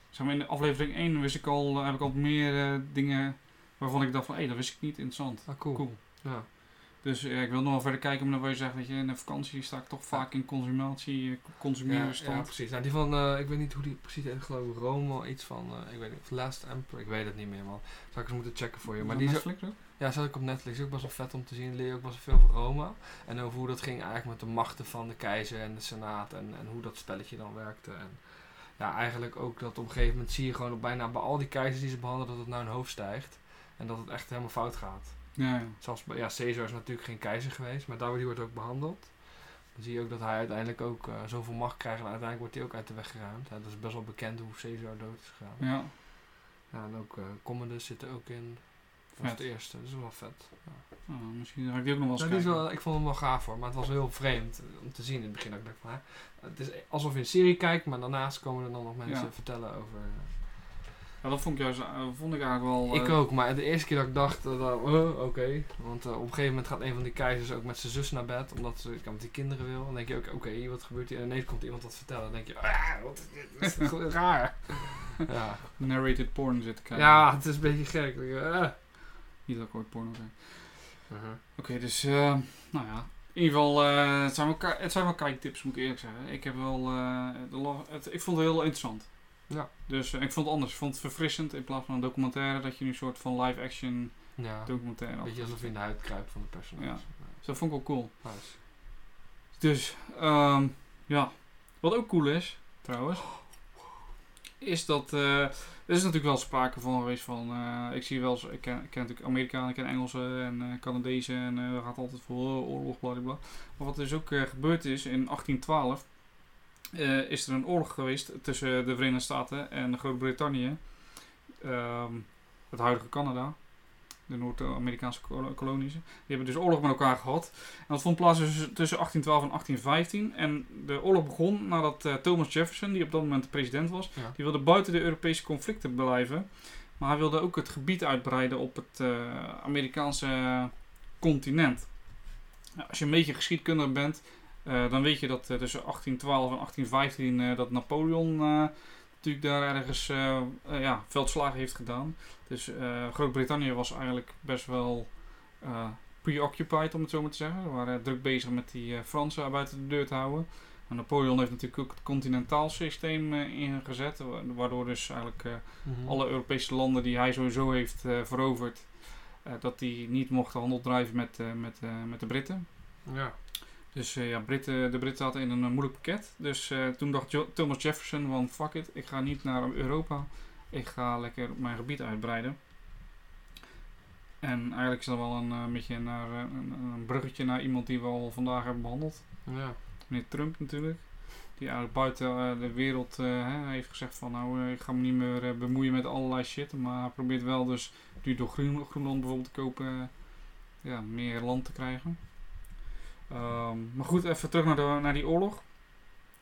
[SPEAKER 1] Zeg maar, in de aflevering 1 wist ik al, eh, heb ik al meer eh, dingen waarvan ik dacht van, hé, dat wist ik niet interessant.
[SPEAKER 2] Ah, cool.
[SPEAKER 1] Cool.
[SPEAKER 2] Ja.
[SPEAKER 1] Dus ja, ik wil nog wel verder kijken, maar dan wil je zeggen dat je in de vakantie sta ik toch vaak in consumatie, eh,
[SPEAKER 2] Ja,
[SPEAKER 1] consumeren
[SPEAKER 2] ja,
[SPEAKER 1] staat.
[SPEAKER 2] precies. Nou, die van, eh, ik weet niet hoe die precies heet, geloof ik, Rome, iets van, eh, ik weet niet, of Last Emperor, ik weet het niet meer, man. Zou ik eens moeten checken voor je. Maar die is,
[SPEAKER 1] Netflix ook?
[SPEAKER 2] ja, zat ik op Netflix, ook best wel vet om te zien, leer je ook best wel veel van Rome. En over hoe dat ging eigenlijk met de machten van de keizer en de senaat en, en hoe dat spelletje dan werkte. En ja, eigenlijk ook dat op een gegeven moment zie je gewoon op bijna bij al die keizers die ze behandelen, dat het naar hun hoofd stijgt. En dat het echt helemaal fout gaat.
[SPEAKER 1] Ja, ja.
[SPEAKER 2] Zoals, bij- ja, Caesar is natuurlijk geen keizer geweest, maar daar wordt- die wordt ook behandeld. Dan zie je ook dat hij uiteindelijk ook eh, zoveel macht krijgt en uiteindelijk wordt hij ook uit de weg geruimd. Ja, dat is best wel bekend hoe Caesar dood is gegaan. Ja.
[SPEAKER 1] ja.
[SPEAKER 2] en ook eh Commodus zit er ook in. Dat
[SPEAKER 1] Vet.
[SPEAKER 2] was de eerste, dat is wel vet. Ja.
[SPEAKER 1] Oh, misschien ga ik die ook nog wel eens
[SPEAKER 2] Ja, die is
[SPEAKER 1] kijken.
[SPEAKER 2] wel, ik vond hem wel gaaf hoor, maar het was heel vreemd eh, om te zien in het begin. Dat ik dacht van, hè, het is alsof je een serie kijkt, maar daarnaast komen er dan nog mensen
[SPEAKER 1] Ja.
[SPEAKER 2] vertellen over... eh,
[SPEAKER 1] Ja, dat vond ik, juist, eh, vond ik eigenlijk wel...
[SPEAKER 2] Ik
[SPEAKER 1] eh,
[SPEAKER 2] ook, maar de eerste keer dat ik dacht, eh, dat- eh, oké. Want eh, op een gegeven moment gaat een van die keizers ook met zijn zus naar bed, omdat ze met die kinderen wil. Dan denk je ook, oké, wat gebeurt hier? En ineens komt iemand wat vertellen. Dan denk je, ah, wat is dit? Dat is toch raar. Ja.
[SPEAKER 1] Narrated porn zit te kijken.
[SPEAKER 2] ja, het is een beetje gek. Dan denk je, eh.
[SPEAKER 1] Niet dat ik ooit porno kijk.
[SPEAKER 2] Mhm.
[SPEAKER 1] Oké, dus, eh, nou ja. In ieder geval, eh, het, zijn wel ki- het zijn wel kijktips, moet ik eerlijk zeggen. Ik heb wel, eh, de la- het, ik vond het heel interessant.
[SPEAKER 2] Ja.
[SPEAKER 1] Dus eh, ik vond het anders. Ik vond het verfrissend in plaats van een documentaire, dat je nu een soort van live action
[SPEAKER 2] Ja,
[SPEAKER 1] documentaire
[SPEAKER 2] een
[SPEAKER 1] had.
[SPEAKER 2] beetje alsof je in de huid kruipt van de personage.
[SPEAKER 1] Ja.
[SPEAKER 2] Ja.
[SPEAKER 1] Dus dat vond ik wel cool.
[SPEAKER 2] Nice.
[SPEAKER 1] Dus, ehm, ja. Wat ook cool is, trouwens, is dat. eh, er is natuurlijk wel sprake van geweest van. eh, ik zie wel eens. Ik ken, ik ken natuurlijk Amerikanen, ik ken Engelsen en eh, Canadezen en eh, we gaan altijd voor eh, oorlog, blablabla. Maar wat dus ook eh, gebeurd is in 1812. eh, is er een oorlog geweest tussen de Verenigde Staten en Groot-Brittannië, Ehm, het huidige Canada, de Noord-Amerikaanse kol- kolonies. Die hebben dus oorlog met elkaar gehad. En dat vond plaats tussen tussen 1812 en 1815. En de oorlog begon nadat eh, Thomas Jefferson, die op dat moment de president was,
[SPEAKER 2] Ja.
[SPEAKER 1] die wilde buiten de Europese conflicten blijven. Maar hij wilde ook het gebied uitbreiden op het eh, Amerikaanse continent. Nou, als je een beetje geschiedkundig bent, eh, dan weet je dat eh, tussen 1812 en 1815 eh, dat Napoleon eh, natuurlijk daar ergens eh, eh, ja, veldslagen heeft gedaan. Dus eh, Groot-Brittannië was eigenlijk best wel eh, preoccupied, om het zo maar te zeggen. Ze waren druk bezig met die eh, Fransen buiten de deur te houden. En Napoleon heeft natuurlijk ook het continentaal systeem eh, ingezet, wa- waardoor dus eigenlijk eh,
[SPEAKER 2] Mhm.
[SPEAKER 1] alle Europese landen die hij sowieso heeft eh, veroverd, eh, dat die niet mochten handel drijven met, eh, met, eh, met de Britten.
[SPEAKER 2] Ja.
[SPEAKER 1] Dus eh, ja, Britten, de Britten zaten in een eh, moeilijk pakket. Dus eh, toen dacht Jo- Thomas Jefferson van fuck it, ik ga niet naar Europa. Ik ga lekker mijn gebied uitbreiden. En eigenlijk is dat wel een eh, beetje naar, eh, een, een bruggetje naar iemand die we al vandaag hebben behandeld.
[SPEAKER 2] Ja.
[SPEAKER 1] Meneer Trump natuurlijk. Die eigenlijk buiten eh, de wereld eh, hè, heeft gezegd van nou, eh, ik ga me niet meer eh, bemoeien met allerlei shit. Maar hij probeert wel dus nu door Groen- Groenland bijvoorbeeld te kopen eh, ja, meer land te krijgen. Ehm, maar goed, even terug naar, de, naar die oorlog.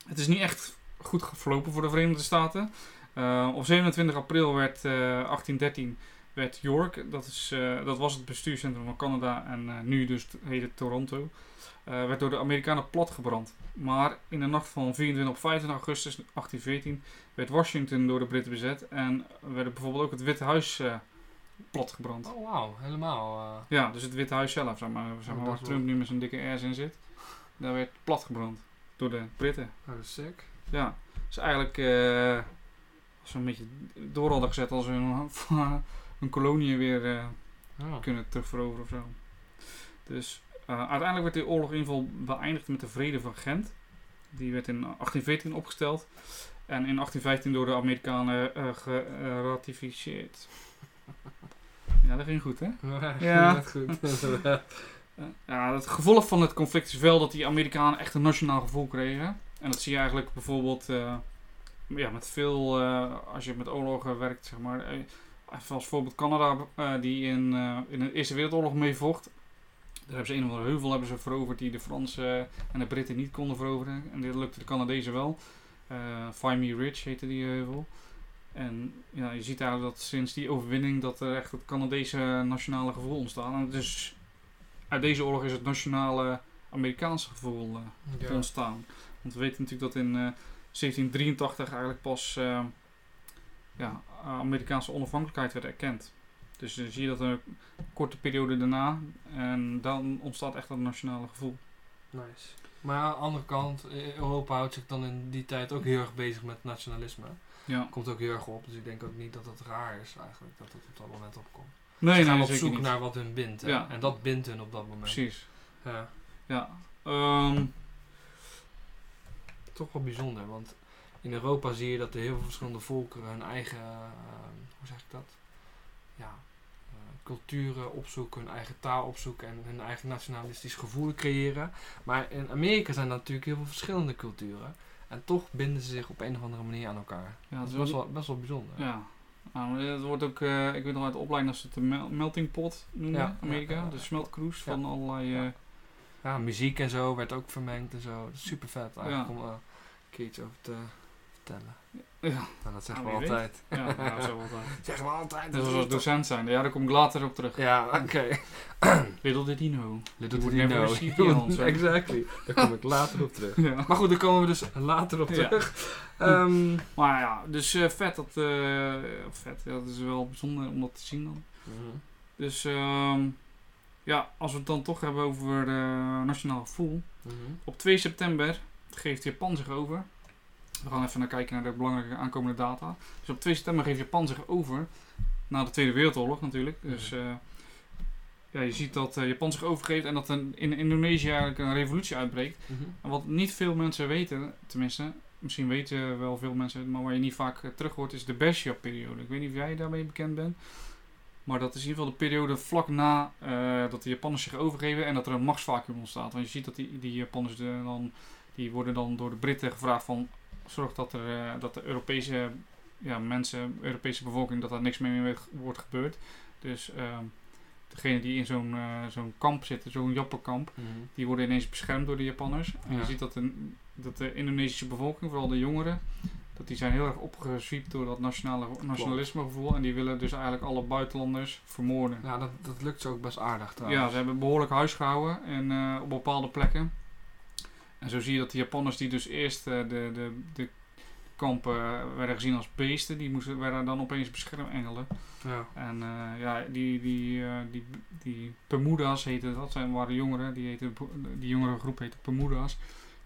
[SPEAKER 1] Het is niet echt goed verlopen voor de Verenigde Staten. Eh, op 27 april werd eh, 1813 werd York, dat, is, eh, dat was het bestuurscentrum van Canada en eh, nu dus t- heet het Toronto, eh, werd door de Amerikanen platgebrand. Maar in de nacht van 24 op 25 augustus 1814 werd Washington door de Britten bezet en werd bijvoorbeeld ook het Witte Huis eh, platgebrand.
[SPEAKER 2] Oh, wauw. Helemaal. eh,
[SPEAKER 1] Ja, dus het Witte Huis zelf, zeg maar, zeg
[SPEAKER 2] Oh,
[SPEAKER 1] maar
[SPEAKER 2] dat
[SPEAKER 1] waar
[SPEAKER 2] is wel-
[SPEAKER 1] Trump nu met zijn dikke ass in zit. Daar werd platgebrand door de Britten.
[SPEAKER 2] Oh, dat is sick.
[SPEAKER 1] Ja, dus eigenlijk eh als ze een beetje door hadden gezet als ze hun, hun koloniën weer eh,
[SPEAKER 2] Ja.
[SPEAKER 1] kunnen terugveroveren of zo. Dus eh, uiteindelijk werd de oorlog in ieder geval beëindigd met de Vrede van Gent. Die werd in 1814 opgesteld en in 1815 door de Amerikanen eh, geratificeerd. Ja, dat ging goed, hè? Ja.
[SPEAKER 2] Net goed.
[SPEAKER 1] Eh, Ja, het gevolg van het conflict is wel dat die Amerikanen echt een nationaal gevoel kregen. En dat zie je eigenlijk bijvoorbeeld eh, ja, met veel, eh, als je met oorlogen werkt, zeg maar. eh, Even als voorbeeld Canada, eh, die in, eh, in de Eerste Wereldoorlog meevocht. Daar hebben ze een of andere heuvel hebben ze veroverd die de Fransen en de Britten niet konden veroveren. En dit lukte de Canadezen wel. Eh Find Me Rich heette die heuvel. En ja, je ziet eigenlijk dat sinds die overwinning dat er echt het Canadese nationale gevoel ontstaat. En dus uit deze oorlog is het nationale Amerikaanse gevoel eh,
[SPEAKER 2] Ja.
[SPEAKER 1] ontstaan. Want we weten natuurlijk dat in eh, ehm, 1783 eigenlijk pas eh, ja, Amerikaanse onafhankelijkheid werd erkend. Dus dan zie je dat een korte periode daarna. En dan ontstaat echt dat nationale gevoel.
[SPEAKER 2] Nice. Maar aan de andere kant, eh, Europa houdt zich dan in die tijd ook heel erg bezig met nationalisme.
[SPEAKER 1] Ja.
[SPEAKER 2] Komt ook heel erg op, dus ik denk ook niet dat het raar is eigenlijk dat het op dat moment opkomt.
[SPEAKER 1] Nee, nou,
[SPEAKER 2] Ze gaan
[SPEAKER 1] nee,
[SPEAKER 2] op
[SPEAKER 1] zeker
[SPEAKER 2] zoek
[SPEAKER 1] niet.
[SPEAKER 2] naar wat hun bindt. hè.
[SPEAKER 1] Ja.
[SPEAKER 2] En dat bindt hun op dat moment.
[SPEAKER 1] Precies.
[SPEAKER 2] Ja,
[SPEAKER 1] Ja. Ehm,
[SPEAKER 2] toch wel bijzonder, want in Europa zie je dat er heel veel verschillende volkeren hun eigen, eh, hoe zeg ik dat? Ja, eh, culturen opzoeken, hun eigen taal opzoeken en hun eigen nationalistisch gevoel creëren. Maar in Amerika zijn er natuurlijk heel veel verschillende culturen. En toch binden ze zich op een of andere manier aan elkaar.
[SPEAKER 1] ja,
[SPEAKER 2] dat
[SPEAKER 1] het
[SPEAKER 2] is
[SPEAKER 1] is
[SPEAKER 2] best
[SPEAKER 1] wel,
[SPEAKER 2] wel, best wel bijzonder.
[SPEAKER 1] ja. Nou, het wordt ook, eh, ik weet nog uit de opleiding dat ze het de mel- melting pot noemen,
[SPEAKER 2] Ja,
[SPEAKER 1] Amerika.
[SPEAKER 2] ja, ja, ja.
[SPEAKER 1] De smeltkroes
[SPEAKER 2] Ja.
[SPEAKER 1] van allerlei...
[SPEAKER 2] Ja.
[SPEAKER 1] eh,
[SPEAKER 2] Ja, muziek en zo werd ook vermengd en zo. Super vet eigenlijk
[SPEAKER 1] Ja.
[SPEAKER 2] om eh, een keer iets over te vertellen.
[SPEAKER 1] Ja.
[SPEAKER 2] Nou, dat zeggen
[SPEAKER 1] Nou,
[SPEAKER 2] we
[SPEAKER 1] wie weet.
[SPEAKER 2] altijd.
[SPEAKER 1] ja, nou, zo wat dan.
[SPEAKER 2] Zeggen we altijd.
[SPEAKER 1] Dat was
[SPEAKER 2] is
[SPEAKER 1] als docent zijn. Ja, daar kom ik later op terug.
[SPEAKER 2] Ja, oké.
[SPEAKER 1] Little did he know. You
[SPEAKER 2] Little did you
[SPEAKER 1] would never
[SPEAKER 2] know.
[SPEAKER 1] receive the answer.
[SPEAKER 2] exactly. Daar kom ik later op terug.
[SPEAKER 1] Ja.
[SPEAKER 2] Maar goed, daar komen we dus later op
[SPEAKER 1] Ja.
[SPEAKER 2] terug. Ehm,
[SPEAKER 1] Maar ja, dus eh, vet dat... eh, vet, ja, dat is wel bijzonder om dat te zien dan. Dus ehm, ja, als we het dan toch hebben over eh, nationaal gevoel.
[SPEAKER 2] Mhm.
[SPEAKER 1] Op 2 september geeft Japan zich over. We gaan even naar kijken naar de belangrijke aankomende data. Dus op 2 september geeft Japan zich over. Na de Tweede Wereldoorlog natuurlijk. Dus eh, ja, je ziet dat eh, Japan zich overgeeft en dat een, in Indonesië eigenlijk een revolutie uitbreekt.
[SPEAKER 2] Mhm.
[SPEAKER 1] En wat niet veel mensen weten, tenminste, misschien weten wel veel mensen, het, maar waar je niet vaak eh, terug hoort, is de Bersia-periode. Ik weet niet of jij daarmee bekend bent. Maar dat is in ieder geval de periode vlak na eh, dat de Japanners zich overgeven en dat er een machtsvacuum ontstaat. Want je ziet dat die, die Japanners de- dan, die worden dan door de Britten gevraagd van zorg dat, er, eh, dat de Europese ja, mensen, Europese bevolking, dat daar niks mee mee wordt gebeurd. Dus ehm, degene die in zo'n eh, zo'n kamp zitten, zo'n Jappenkamp,
[SPEAKER 2] Mhm.
[SPEAKER 1] die worden ineens beschermd door de Japanners. En
[SPEAKER 2] Ja.
[SPEAKER 1] je ziet dat de, dat de Indonesische bevolking, vooral de jongeren, dat die zijn heel erg opgezwiept door dat nationale, nationalismegevoel. En die willen dus eigenlijk alle buitenlanders vermoorden.
[SPEAKER 2] Ja, dat, dat lukt ze ook best aardig
[SPEAKER 1] Ja,
[SPEAKER 2] trouwens.
[SPEAKER 1] ze hebben behoorlijk huis gehouden en, eh, op bepaalde plekken. En zo zie je dat de Japanners die dus eerst eh, de, de, de kampen eh, werden gezien als beesten, die moesten, werden dan opeens beschermengelen.
[SPEAKER 2] Ja.
[SPEAKER 1] En eh, ja, die, die, eh, die, die Pemuda's heette dat, zijn, waren jongeren, die, heette, die jongere groep heette Pemuda's.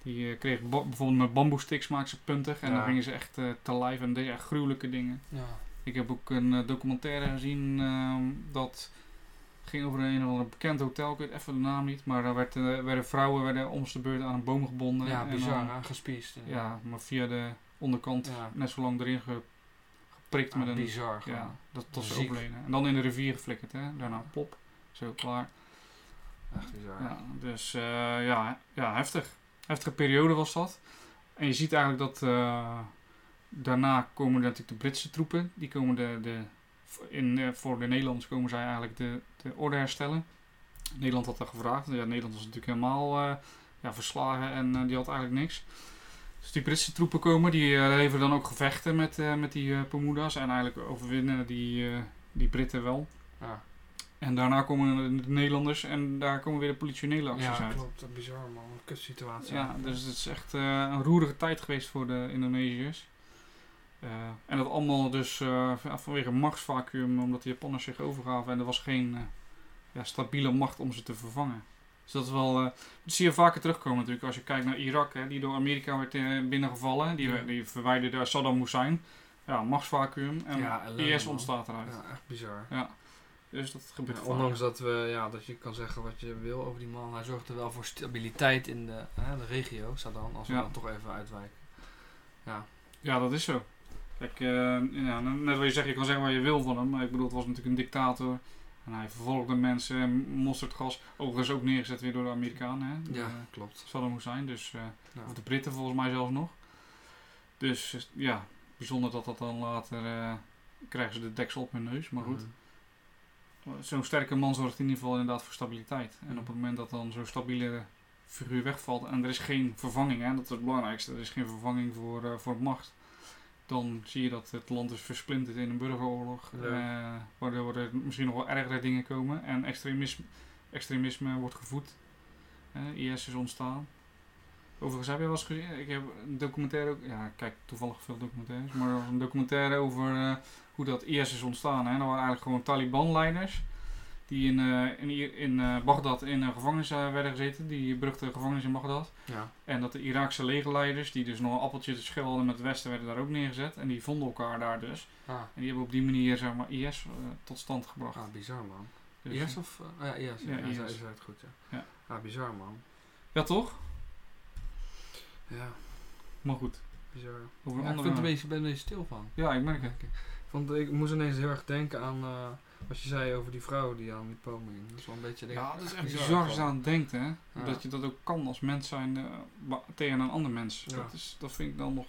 [SPEAKER 1] Die eh, kregen ba- bijvoorbeeld met bamboesticks maakten ze puntig en
[SPEAKER 2] Ja.
[SPEAKER 1] dan gingen ze echt eh, te lijf en deden echt gruwelijke dingen.
[SPEAKER 2] Ja.
[SPEAKER 1] Ik heb ook een eh, documentaire gezien ehm, dat ging over een of ander bekend hotel, ik weet even de naam niet, maar daar werd, eh, werden vrouwen werden om de beurt aan een boom gebonden.
[SPEAKER 2] Ja,
[SPEAKER 1] en
[SPEAKER 2] bizar,
[SPEAKER 1] dan-
[SPEAKER 2] hè? gespiest.
[SPEAKER 1] ja, maar via de onderkant
[SPEAKER 2] Ja.
[SPEAKER 1] net zo lang erin ge- geprikt
[SPEAKER 2] Ah,
[SPEAKER 1] met een
[SPEAKER 2] bizar. gewoon.
[SPEAKER 1] ja, dat tot ze
[SPEAKER 2] Ziek.
[SPEAKER 1] overleden. En dan in de rivier geflikkerd, hè? Daarna pop. Zo klaar.
[SPEAKER 2] Echt bizar.
[SPEAKER 1] Ja, dus eh, ja, ja, heftig. Heftige periode was dat. En je ziet eigenlijk dat eh, daarna komen natuurlijk de Britse troepen. Die komen de, de, in, eh, voor de Nederlanders komen zij eigenlijk de, de orde herstellen. Nederland had dat gevraagd. Ja, Nederland was natuurlijk helemaal eh, ja, verslagen en eh, die had eigenlijk niks. Dus die Britse troepen komen, die eh, leveren dan ook gevechten met, eh, met die eh Pemuda's. En eigenlijk overwinnen die, eh, die Britten wel.
[SPEAKER 2] Ja.
[SPEAKER 1] En daarna komen de Nederlanders en daar komen weer de politionele acties
[SPEAKER 2] Ja,
[SPEAKER 1] uit.
[SPEAKER 2] klopt. Dat is bizar, man. Een kutsituatie.
[SPEAKER 1] Ja, dus het is echt eh, een roerige tijd geweest voor de Indonesiërs. Eh, en dat allemaal dus eh, van- vanwege een machtsvacuum, omdat de Japanners zich overgaven en er was geen eh, ja, stabiele macht om ze te vervangen. Dus dat is wel. eh, dat zie je vaker terugkomen natuurlijk als je kijkt naar Irak, hè, die door Amerika werd eh, binnengevallen. Die,
[SPEAKER 2] Ja.
[SPEAKER 1] die verwijderde Saddam Hussein. Ja, machtsvacuum. En
[SPEAKER 2] Ja, ellende,
[SPEAKER 1] IS
[SPEAKER 2] man.
[SPEAKER 1] ontstaat eruit.
[SPEAKER 2] Ja, echt bizar.
[SPEAKER 1] Dus dat
[SPEAKER 2] Ja,
[SPEAKER 1] gebeurt vaak.
[SPEAKER 2] ondanks dat, we, ja, dat je kan zeggen wat je wil over die man, hij zorgde wel voor stabiliteit in de, hè, de regio, Sadan, als we
[SPEAKER 1] Ja.
[SPEAKER 2] dan toch even uitwijken. Ja,
[SPEAKER 1] Ja, dat is zo. Kijk, eh, ja, net wat je zegt, je kan zeggen wat je wil van hem. Maar ik bedoel, het was natuurlijk een dictator. En hij vervolgde mensen, mosterdgas. Overigens ook neergezet weer door de Amerikanen. Hè?
[SPEAKER 2] ja
[SPEAKER 1] Eh,
[SPEAKER 2] klopt.
[SPEAKER 1] Saddam Hussein, dus, eh,
[SPEAKER 2] Ja.
[SPEAKER 1] of de Britten volgens mij zelfs nog. Dus eh, ja, bijzonder dat dat dan later... eh, krijgen ze de deksel op hun neus. Maar goed, Eh,
[SPEAKER 2] Mm.
[SPEAKER 1] zo'n sterke man zorgt in ieder geval inderdaad voor stabiliteit. En
[SPEAKER 2] Mhm.
[SPEAKER 1] op het moment dat dan zo'n stabiele figuur wegvalt en er is geen vervanging, hè, dat is het belangrijkste, er is geen vervanging voor, eh, voor macht, dan zie je dat het land is versplinterd in een burgeroorlog,
[SPEAKER 2] Ja.
[SPEAKER 1] eh, waardoor er misschien nog wel ergere dingen komen en extremisme, extremisme wordt gevoed. Eh, IS is ontstaan. Overigens heb je wel eens gezien, ik heb een documentaire, ook- ja ik kijk toevallig veel documentaires, maar er was een documentaire over eh, hoe dat IS is ontstaan. Hè. Dat waren eigenlijk gewoon Taliban-leiders die in, eh in, I- in eh, Bagdad in een gevangenis eh, werden gezeten, die beruchte gevangenis in Bagdad.
[SPEAKER 2] Ja.
[SPEAKER 1] En dat de Iraakse legerleiders, die dus nog een appeltje te schil hadden met het Westen, werden daar ook neergezet. En die vonden elkaar daar dus.
[SPEAKER 2] Ah,
[SPEAKER 1] En die hebben op die manier, zeg maar, IS eh, tot stand gebracht.
[SPEAKER 2] ah, bizar man.
[SPEAKER 1] Dus,
[SPEAKER 2] IS of? eh, ja, IS. Ja,
[SPEAKER 1] Ja,
[SPEAKER 2] ja,
[SPEAKER 1] IS.
[SPEAKER 2] Is het goed, ja.
[SPEAKER 1] Ja.
[SPEAKER 2] Ah, bizar man.
[SPEAKER 1] Ja, toch?
[SPEAKER 2] Ja,
[SPEAKER 1] Maar goed.
[SPEAKER 2] bizar.
[SPEAKER 1] Over een
[SPEAKER 2] Ja, ik
[SPEAKER 1] andere...
[SPEAKER 2] vind er een beetje, ben er een beetje stil van.
[SPEAKER 1] ja, ik merk het.
[SPEAKER 2] Want ik moest ineens heel erg denken aan eh, wat je zei over die vrouw die aan die poom ging. Dat is wel een beetje... denk ik,
[SPEAKER 1] Ja, dat is echt
[SPEAKER 2] bizar
[SPEAKER 1] bizar als je
[SPEAKER 2] gewoon.
[SPEAKER 1] aan denkt, hè.
[SPEAKER 2] Ja.
[SPEAKER 1] Dat je dat ook kan als mens zijn eh, ba- tegen een ander mens.
[SPEAKER 2] Ja.
[SPEAKER 1] Dat, is, dat vind ik dan nog...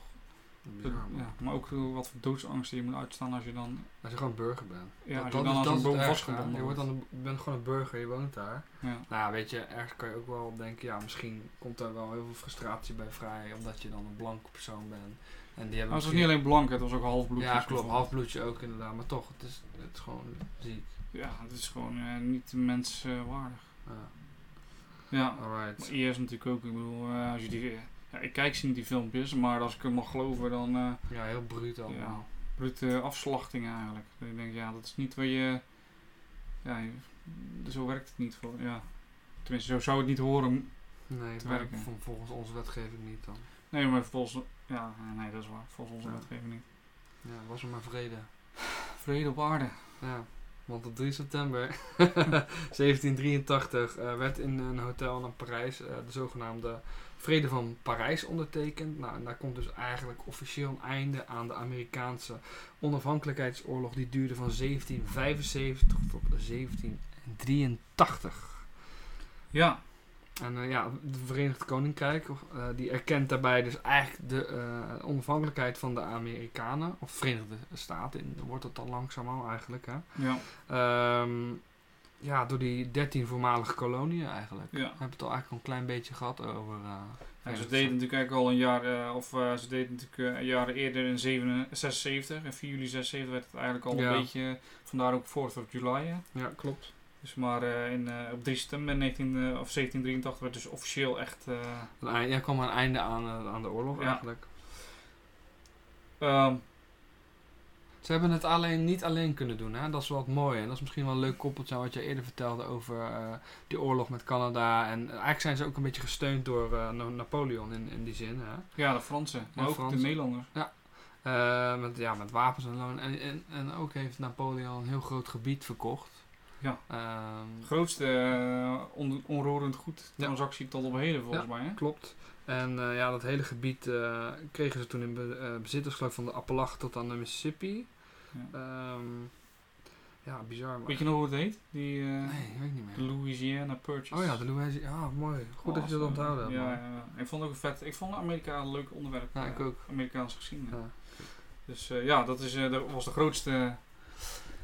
[SPEAKER 2] Bizar man.
[SPEAKER 1] ja, maar ook hoe- wat voor doodsangst je moet uitstaan als je dan...
[SPEAKER 2] Als je gewoon burger bent.
[SPEAKER 1] Ja, als je
[SPEAKER 2] dat
[SPEAKER 1] dan
[SPEAKER 2] is-
[SPEAKER 1] als
[SPEAKER 2] dat
[SPEAKER 1] een
[SPEAKER 2] is het
[SPEAKER 1] boom
[SPEAKER 2] ergste,
[SPEAKER 1] vastgebonden
[SPEAKER 2] hè. Je wordt
[SPEAKER 1] wordt.
[SPEAKER 2] dan een- je bent gewoon een burger, je woont daar.
[SPEAKER 1] Ja.
[SPEAKER 2] Nou, ja, weet je, ergens kan je ook wel denken, ja, misschien komt daar wel heel veel frustratie bij vrij, omdat je dan een blanke persoon bent. En die
[SPEAKER 1] Maar
[SPEAKER 2] hebben
[SPEAKER 1] het was niet alleen blank, het was ook halfbloed.
[SPEAKER 2] Ja, klopt, halfbloedje ook inderdaad, maar toch, het is, het is gewoon ziek.
[SPEAKER 1] Ja, het is gewoon eh, niet eh, menswaardig.
[SPEAKER 2] Ja,
[SPEAKER 1] ja,
[SPEAKER 2] alright.
[SPEAKER 1] Eh, Maar eerst natuurlijk ook, ik bedoel, eh, als je die, ja, ik kijk ze niet die filmpjes, maar als ik hem mag geloven, dan eh
[SPEAKER 2] Ja, heel bruut allemaal.
[SPEAKER 1] brute afslachtingen eigenlijk. Dan denk ik, ja, dat is niet waar je, ja, je- zo werkt het niet voor, ja. Tenminste, zo zou het niet horen.
[SPEAKER 2] Nee,
[SPEAKER 1] Te
[SPEAKER 2] maar
[SPEAKER 1] werken.
[SPEAKER 2] van, volgens onze wetgeving niet dan.
[SPEAKER 1] Nee, maar volgens, ja, nee, dat is waar. Volgens onze
[SPEAKER 2] Ja.
[SPEAKER 1] wetgeving niet.
[SPEAKER 2] Ja, was er maar vrede.
[SPEAKER 1] Vrede op aarde.
[SPEAKER 2] Ja, want op 3 september 1783 eh, werd in een hotel in Parijs eh, de zogenaamde Vrede van Parijs ondertekend. Nou, en daar komt dus eigenlijk officieel een einde aan de Amerikaanse onafhankelijkheidsoorlog. Die duurde van 1775 tot 1783.
[SPEAKER 1] Ja,
[SPEAKER 2] En eh, ja, het Verenigd Koninkrijk of, eh, die erkent daarbij dus eigenlijk de eh, onafhankelijkheid van de Amerikanen. Of Verenigde Staten in- wordt dat dan langzaam al eigenlijk. Hè?
[SPEAKER 1] ja,
[SPEAKER 2] Ehm, ja, door die 13 voormalige koloniën eigenlijk.
[SPEAKER 1] ja.
[SPEAKER 2] We hebben het al eigenlijk een klein beetje gehad over. eh,
[SPEAKER 1] Ja, ze
[SPEAKER 2] Verenigde
[SPEAKER 1] deden natuurlijk eigenlijk al een jaar, eh, of eh, ze deden natuurlijk eh, jaren eerder in eh, 7, 76. En 4 juli 76 werd het eigenlijk al
[SPEAKER 2] Ja.
[SPEAKER 1] een beetje, vandaar ook 4th of July. Hè.
[SPEAKER 2] Staten. Ja, klopt.
[SPEAKER 1] Dus maar eh, in, eh, op 3 september 19, eh, of 1783 werd dus officieel echt. eh,
[SPEAKER 2] Een eind- ja, kwam er een einde aan, eh, aan de oorlog
[SPEAKER 1] Ja.
[SPEAKER 2] eigenlijk.
[SPEAKER 1] ehm,
[SPEAKER 2] Ze hebben het alleen, niet alleen kunnen doen, hè? dat is wel het mooie. En dat is misschien wel een leuk koppeltje aan wat jij eerder vertelde over eh, die oorlog met Canada. En eh, eigenlijk zijn ze ook een beetje gesteund door eh, Na- Napoleon in, in die zin. Hè?
[SPEAKER 1] ja, de Fransen, maar
[SPEAKER 2] Ja,
[SPEAKER 1] ook
[SPEAKER 2] Fransen.
[SPEAKER 1] de Nederlanders.
[SPEAKER 2] Eh, met, ja, met wapens en loon. En, en, en ook heeft Napoleon een heel groot gebied verkocht.
[SPEAKER 1] Ja.
[SPEAKER 2] Ehm,
[SPEAKER 1] Grootste eh, on- onroerend goed
[SPEAKER 2] Ja.
[SPEAKER 1] transactie tot op heden volgens mij. Hè?
[SPEAKER 2] Klopt. En eh, ja, dat hele gebied eh, kregen ze toen in be- eh, bezit, dus geloof ik, van de Appalachen tot aan de Mississippi.
[SPEAKER 1] Ja.
[SPEAKER 2] Ehm, ja, bizar. Maar...
[SPEAKER 1] Weet je nog hoe het heet? Die eh,
[SPEAKER 2] Nee, weet ik niet
[SPEAKER 1] de
[SPEAKER 2] meer.
[SPEAKER 1] Louisiana Purchase.
[SPEAKER 2] Oh ja, de Louis. Ah, mooi. Goed dat je dat
[SPEAKER 1] Awesome.
[SPEAKER 2] onthouden hebt.
[SPEAKER 1] Ja,
[SPEAKER 2] man.
[SPEAKER 1] ja, ja. ik vond het ook vet. Ik vond Amerika een leuk onderwerp.
[SPEAKER 2] Ja, ik
[SPEAKER 1] eh,
[SPEAKER 2] ook.
[SPEAKER 1] Amerikaanse geschiedenis.
[SPEAKER 2] Ja.
[SPEAKER 1] Dus eh, ja, dat, is, eh, dat was de grootste.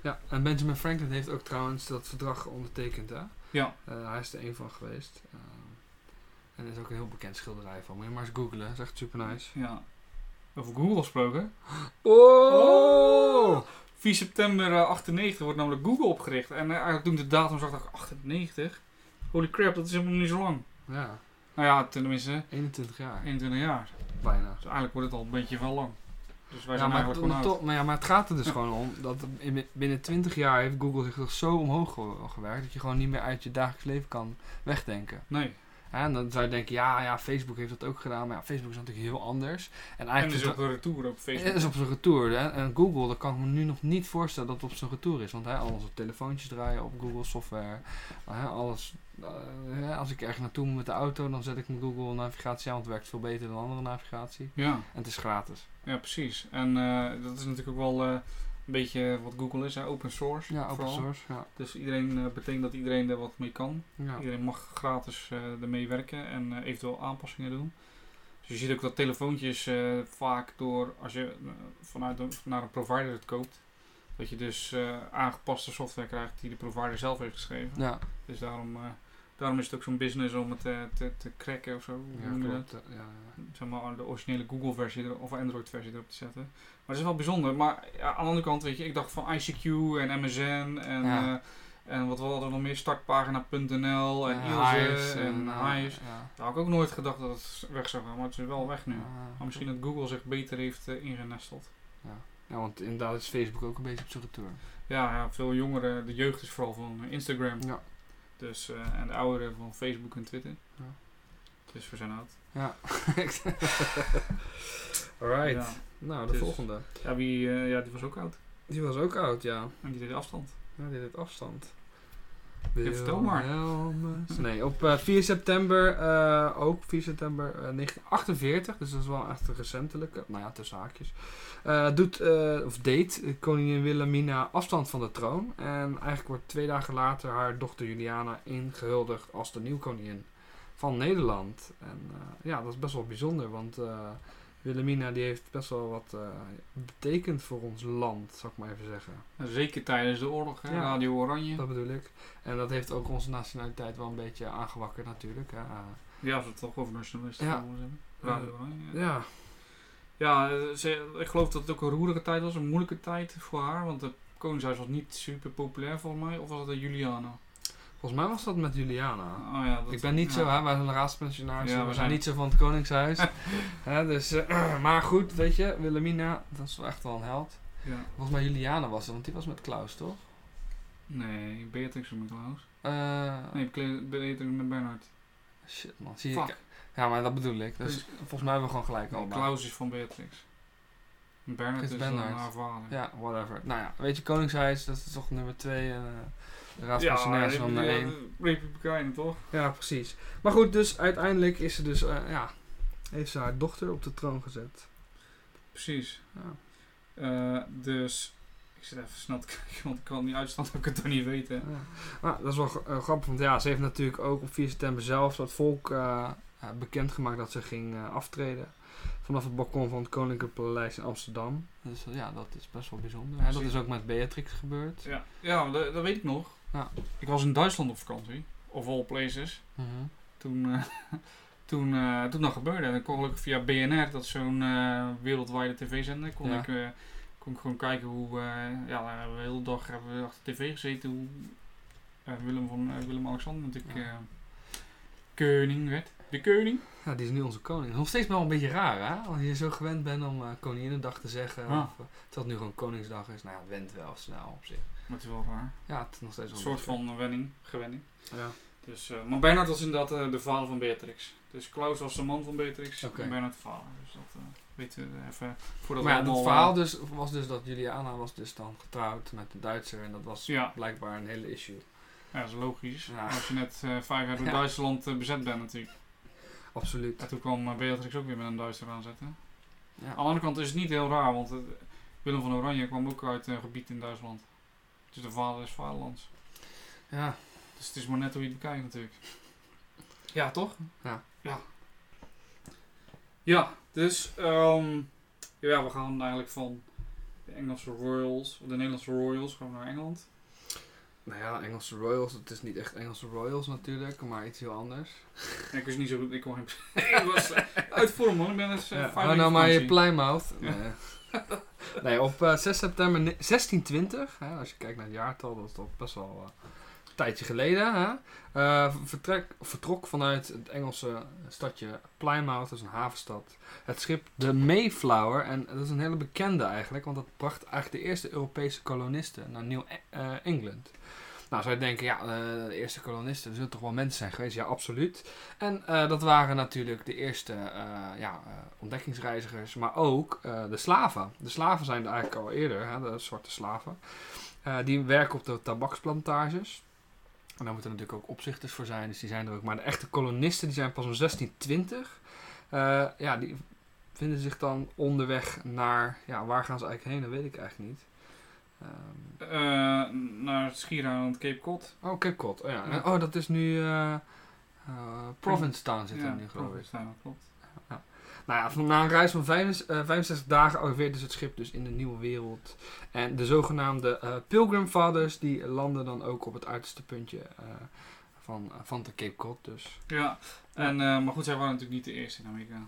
[SPEAKER 2] Ja, en Benjamin Franklin heeft ook trouwens dat verdrag ondertekend, hè?
[SPEAKER 1] Ja.
[SPEAKER 2] Eh, hij is er één van geweest. Ehm, en er is ook een heel bekend schilderij van. Moet je maar eens googlen, dat is echt super nice.
[SPEAKER 1] Ja. Over Google gesproken.
[SPEAKER 2] Oh!
[SPEAKER 1] 4 september eh, 98 wordt namelijk Google opgericht. En eh, eigenlijk toen ik de datum zag, dacht ik 98. Holy crap, dat is helemaal niet zo lang.
[SPEAKER 2] Ja,
[SPEAKER 1] Nou ja, tenminste
[SPEAKER 2] 21 jaar.
[SPEAKER 1] 21 jaar.
[SPEAKER 2] Bijna.
[SPEAKER 1] Dus eigenlijk wordt het al een beetje wel lang. Dus wij
[SPEAKER 2] ja,
[SPEAKER 1] zijn
[SPEAKER 2] maar,
[SPEAKER 1] eigenlijk gewoon
[SPEAKER 2] het-
[SPEAKER 1] oud.
[SPEAKER 2] toch- maar ja, maar het gaat er dus gewoon om dat in- binnen 20 jaar heeft Google zich toch zo omhoog ge- gewerkt dat je gewoon niet meer uit je dagelijks leven kan wegdenken.
[SPEAKER 1] Nee.
[SPEAKER 2] Hè, En dan zou je denken, ja, ja, Facebook heeft dat ook gedaan, maar ja, Facebook is natuurlijk heel anders. En
[SPEAKER 1] En er
[SPEAKER 2] eigenlijk
[SPEAKER 1] is ook een retour op
[SPEAKER 2] is,
[SPEAKER 1] Facebook.
[SPEAKER 2] op zijn retour. Hè? En Google, dat kan ik me nu nog niet voorstellen dat het op zijn retour is, want hè, al onze telefoontjes draaien op Google software, hè, alles. eh, hè, als ik ergens naartoe moet met de auto, dan zet ik mijn Google navigatie aan, want het werkt veel beter dan andere navigatie.
[SPEAKER 1] Ja,
[SPEAKER 2] En het is gratis.
[SPEAKER 1] ja, precies. En eh, dat is natuurlijk ook wel eh, een beetje wat Google is, hè? open source.
[SPEAKER 2] Ja, open
[SPEAKER 1] vooral.
[SPEAKER 2] source. Ja.
[SPEAKER 1] Dus iedereen eh, betekent dat iedereen er wat mee kan.
[SPEAKER 2] Ja.
[SPEAKER 1] Iedereen mag gratis eh ermee werken en eh, eventueel aanpassingen doen. Dus je ziet ook dat telefoontjes eh, vaak door, als je eh, vanuit een, naar een provider het koopt, dat je dus eh, aangepaste software krijgt die de provider zelf heeft geschreven.
[SPEAKER 2] Ja,
[SPEAKER 1] Dus daarom, eh, daarom is het ook zo'n business om het eh, te, te cracken of zo. Hoe
[SPEAKER 2] ja,
[SPEAKER 1] noem je
[SPEAKER 2] klopt. eh, Ja, ja.
[SPEAKER 1] dat? Zeg maar de originele Google-versie er- of Android-versie erop te zetten. Maar dat is wel bijzonder. Maar ja, aan de andere kant, weet je, ik dacht van ICQ en MSN en
[SPEAKER 2] Ja.
[SPEAKER 1] eh, En wat we hadden nog meer, startpagina.nl en Ilse en eh, Hives.
[SPEAKER 2] eh, Ja.
[SPEAKER 1] Daar had ik ook nooit gedacht dat het weg zou gaan, maar het is wel weg nu.
[SPEAKER 2] Ah,
[SPEAKER 1] Maar misschien dat Google zich beter heeft eh, ingenesteld.
[SPEAKER 2] Ja. ja, want inderdaad is Facebook ook een beetje op zijn retour.
[SPEAKER 1] Ja, ja, veel jongeren, de jeugd is vooral van Instagram.
[SPEAKER 2] Ja.
[SPEAKER 1] Dus, eh, en de ouderen van Facebook en Twitter.
[SPEAKER 2] Ja.
[SPEAKER 1] Dus we zijn oud.
[SPEAKER 2] Ja. Alright.
[SPEAKER 1] Ja.
[SPEAKER 2] Nou, de
[SPEAKER 1] Dus-
[SPEAKER 2] volgende.
[SPEAKER 1] Ja, wie, eh, ja, die was ook oud.
[SPEAKER 2] Die was ook oud, ja.
[SPEAKER 1] En die deed afstand.
[SPEAKER 2] Ja, dit het afstand.
[SPEAKER 1] Ja, vertel maar.
[SPEAKER 2] Wilhelmus. Nee, op eh, 4 september, eh, ook 4 september eh, 1948, dus dat is wel echt een recentelijke, nou ja, tussen haakjes, eh, doet, eh, of deed eh, koningin Wilhelmina afstand van de troon. En eigenlijk wordt twee dagen later haar dochter Juliana ingehuldigd als de nieuwe koningin van Nederland. En eh, ja, dat is best wel bijzonder, want eh, Wilhelmina die heeft best wel wat eh, betekend voor ons land, zou ik maar even zeggen.
[SPEAKER 1] En Zeker tijdens de oorlog, hè?
[SPEAKER 2] Ja.
[SPEAKER 1] Radio Oranje.
[SPEAKER 2] Dat bedoel ik. En dat heeft ook onze nationaliteit wel een beetje aangewakkerd natuurlijk. Hè. Eh,
[SPEAKER 1] Ja, als we het toch over nationalisten
[SPEAKER 2] Ja.
[SPEAKER 1] gaan hebben. Radio Oranje. Ja,
[SPEAKER 2] ja,
[SPEAKER 1] eh, ze- ik geloof dat het ook een roerige tijd was, een moeilijke tijd voor haar. Want het Koningshuis was niet super populair volgens mij. Of was het de Juliana?
[SPEAKER 2] volgens mij was dat met Juliana.
[SPEAKER 1] Oh, ja, dat-
[SPEAKER 2] Ik ben niet
[SPEAKER 1] ja.
[SPEAKER 2] zo, hè, wij zijn raadspensionaris,
[SPEAKER 1] Ja,
[SPEAKER 2] we,
[SPEAKER 1] we
[SPEAKER 2] zijn
[SPEAKER 1] zijn-
[SPEAKER 2] niet zo van het Koningshuis. hè, dus, eh, maar goed, weet je, Wilhelmina, dat is wel echt wel een held.
[SPEAKER 1] Ja.
[SPEAKER 2] Volgens mij Juliana was het, want die was met Klaus, toch?
[SPEAKER 1] Nee, Beatrix en Klaus.
[SPEAKER 2] Eh,
[SPEAKER 1] Nee, Kle- Beatrix en Bernhard.
[SPEAKER 2] Shit man, zie je.
[SPEAKER 1] Fuck.
[SPEAKER 2] Ja, maar dat bedoel ik. Dus
[SPEAKER 1] Dus-
[SPEAKER 2] volgens mij hebben we gewoon gelijk allemaal.
[SPEAKER 1] Klaus is van Beatrix. En Bernhard
[SPEAKER 2] Chris
[SPEAKER 1] is dan
[SPEAKER 2] Bernhard.
[SPEAKER 1] haar vader.
[SPEAKER 2] Ja, whatever. Nou ja, weet je, Koningshuis, dat is toch nummer 2 en eh, de raadspensionaris
[SPEAKER 1] ja,
[SPEAKER 2] nummer
[SPEAKER 1] ja,
[SPEAKER 2] 1.
[SPEAKER 1] Republikeinen toch?
[SPEAKER 2] Ja, precies. Maar goed, dus uiteindelijk is ze dus, eh, ja, heeft ze haar dochter op de troon gezet.
[SPEAKER 1] Precies.
[SPEAKER 2] Ja.
[SPEAKER 1] Eh, dus ik zit even snel te kijken, want ik kan die uitstand ook het toch niet weten.
[SPEAKER 2] Ja. Maar dat is wel gra- eh, grappig, want ja, ze heeft natuurlijk ook op 4 september zelf dat volk eh, eh, bekendgemaakt dat ze ging eh, aftreden. Vanaf het balkon van het Koninklijk Paleis in Amsterdam. Dus ja, dat is best wel bijzonder.
[SPEAKER 1] Hè, dat is
[SPEAKER 2] ook met Beatrix gebeurd.
[SPEAKER 1] Ja, ja dat, dat weet ik nog.
[SPEAKER 2] Ja.
[SPEAKER 1] Ik was in Duitsland op vakantie, of all places.
[SPEAKER 2] Mhm.
[SPEAKER 1] Toen, eh, toen, eh, toen dat gebeurde. En dan kon ik via BNR, dat is zo'n eh, wereldwijde tv-zender, kon,
[SPEAKER 2] Ja.
[SPEAKER 1] ik, eh, kon ik gewoon kijken hoe... eh, ja, daar hebben we de hele dag hebben we achter tv gezeten hoe eh, Willem van eh, Willem-Alexander natuurlijk...
[SPEAKER 2] Ja.
[SPEAKER 1] eh, koning werd. De koning.
[SPEAKER 2] Ja, die is nu onze koning. Nog steeds wel een beetje raar, hè? Want je zo gewend bent om eh Koninginnedag te zeggen.
[SPEAKER 1] Ja.
[SPEAKER 2] Of, eh, terwijl het nu gewoon Koningsdag is. Nou ja, het went wel snel op zich.
[SPEAKER 1] Maar het is wel raar.
[SPEAKER 2] Ja, het is nog steeds
[SPEAKER 1] Een
[SPEAKER 2] wel
[SPEAKER 1] soort
[SPEAKER 2] beetje-
[SPEAKER 1] van wenning, gewenning.
[SPEAKER 2] Ja.
[SPEAKER 1] Dus, eh, maar Bernard was inderdaad eh, de vader van Beatrix. Dus Klaus was de man van Beatrix
[SPEAKER 2] Oké.
[SPEAKER 1] en Bernard de vader. Dus dat eh, weten we even voordat
[SPEAKER 2] Maar ja,
[SPEAKER 1] we
[SPEAKER 2] het
[SPEAKER 1] allemaal... eh,
[SPEAKER 2] verhaal dus, was dus dat Juliana was dus dan getrouwd met een Duitser. En dat was
[SPEAKER 1] Ja.
[SPEAKER 2] blijkbaar een hele issue.
[SPEAKER 1] Ja, dat is logisch.
[SPEAKER 2] Ja.
[SPEAKER 1] Als je net eh, vijf jaar door
[SPEAKER 2] Ja.
[SPEAKER 1] Duitsland eh, bezet bent natuurlijk.
[SPEAKER 2] Absoluut.
[SPEAKER 1] En toen kwam eh, Beatrix ook weer met een Duitser aanzetten. Aan de
[SPEAKER 2] Ja.
[SPEAKER 1] andere kant is het niet heel raar, want eh, Willem van Oranje kwam ook uit een gebied in Duitsland. Dus de vader is vaderlands.
[SPEAKER 2] ja.
[SPEAKER 1] Dus het is maar net hoe je het bekijkt natuurlijk. Ja, toch?
[SPEAKER 2] Ja.
[SPEAKER 1] Ja, ja dus ehm, ja, we gaan eigenlijk van de Engelse Royals, of de Nederlandse Royals, gaan we naar Engeland.
[SPEAKER 2] Nou ja, Engelse Royals. Het is niet echt Engelse Royals natuurlijk, maar iets heel anders.
[SPEAKER 1] En ik was niet zo goed, ik kon geen... ik was eh, uit vorm man, ik ben dus eh,
[SPEAKER 2] Ja.
[SPEAKER 1] vijf
[SPEAKER 2] Hou
[SPEAKER 1] weken
[SPEAKER 2] nou maar je
[SPEAKER 1] vakantie.
[SPEAKER 2] Plymouth.
[SPEAKER 1] Ja.
[SPEAKER 2] Nee. nee, op eh, 6 september ne- 1620, hè, als je kijkt naar het jaartal, dat is toch best wel eh, een tijdje geleden. Hè, eh, vertrek, vertrok vanuit het Engelse stadje Plymouth, dat is een havenstad, het schip de Mayflower. En dat is een hele bekende eigenlijk, want dat bracht eigenlijk de eerste Europese kolonisten naar Nieuw-Engeland. Nou, zou je denken, ja, eh, de eerste kolonisten, er zullen toch wel mensen zijn geweest? Ja, absoluut. En eh, dat waren natuurlijk de eerste eh, ja, eh, ontdekkingsreizigers, maar ook eh, de slaven. De slaven zijn er eigenlijk al eerder, hè, de zwarte slaven. Eh, die werken op de tabaksplantages. En daar moeten natuurlijk ook opzichters voor zijn, dus die zijn er ook. Maar de echte kolonisten die zijn pas om 1620. Eh, ja, die vinden zich dan onderweg naar... Ja, waar gaan ze eigenlijk heen? Dat weet ik eigenlijk niet. Ehm,
[SPEAKER 1] Eh, naar het schiereiland Cape Cod.
[SPEAKER 2] oh, Cape Cod. Oh, ja. oh, dat is nu... eh eh, Provincetown zit er nu, geloof ik.
[SPEAKER 1] Ja, dat klopt.
[SPEAKER 2] Nou ja, van- na een reis van 65, eh, 65 dagen arriveerde dus het schip dus in de nieuwe wereld. En de zogenaamde eh, Pilgrim Fathers, die landen dan ook op het uiterste puntje eh, van, eh, van de Cape Cod. Dus
[SPEAKER 1] Ja, en, eh, maar goed, zij waren natuurlijk niet de eerste in Amerika.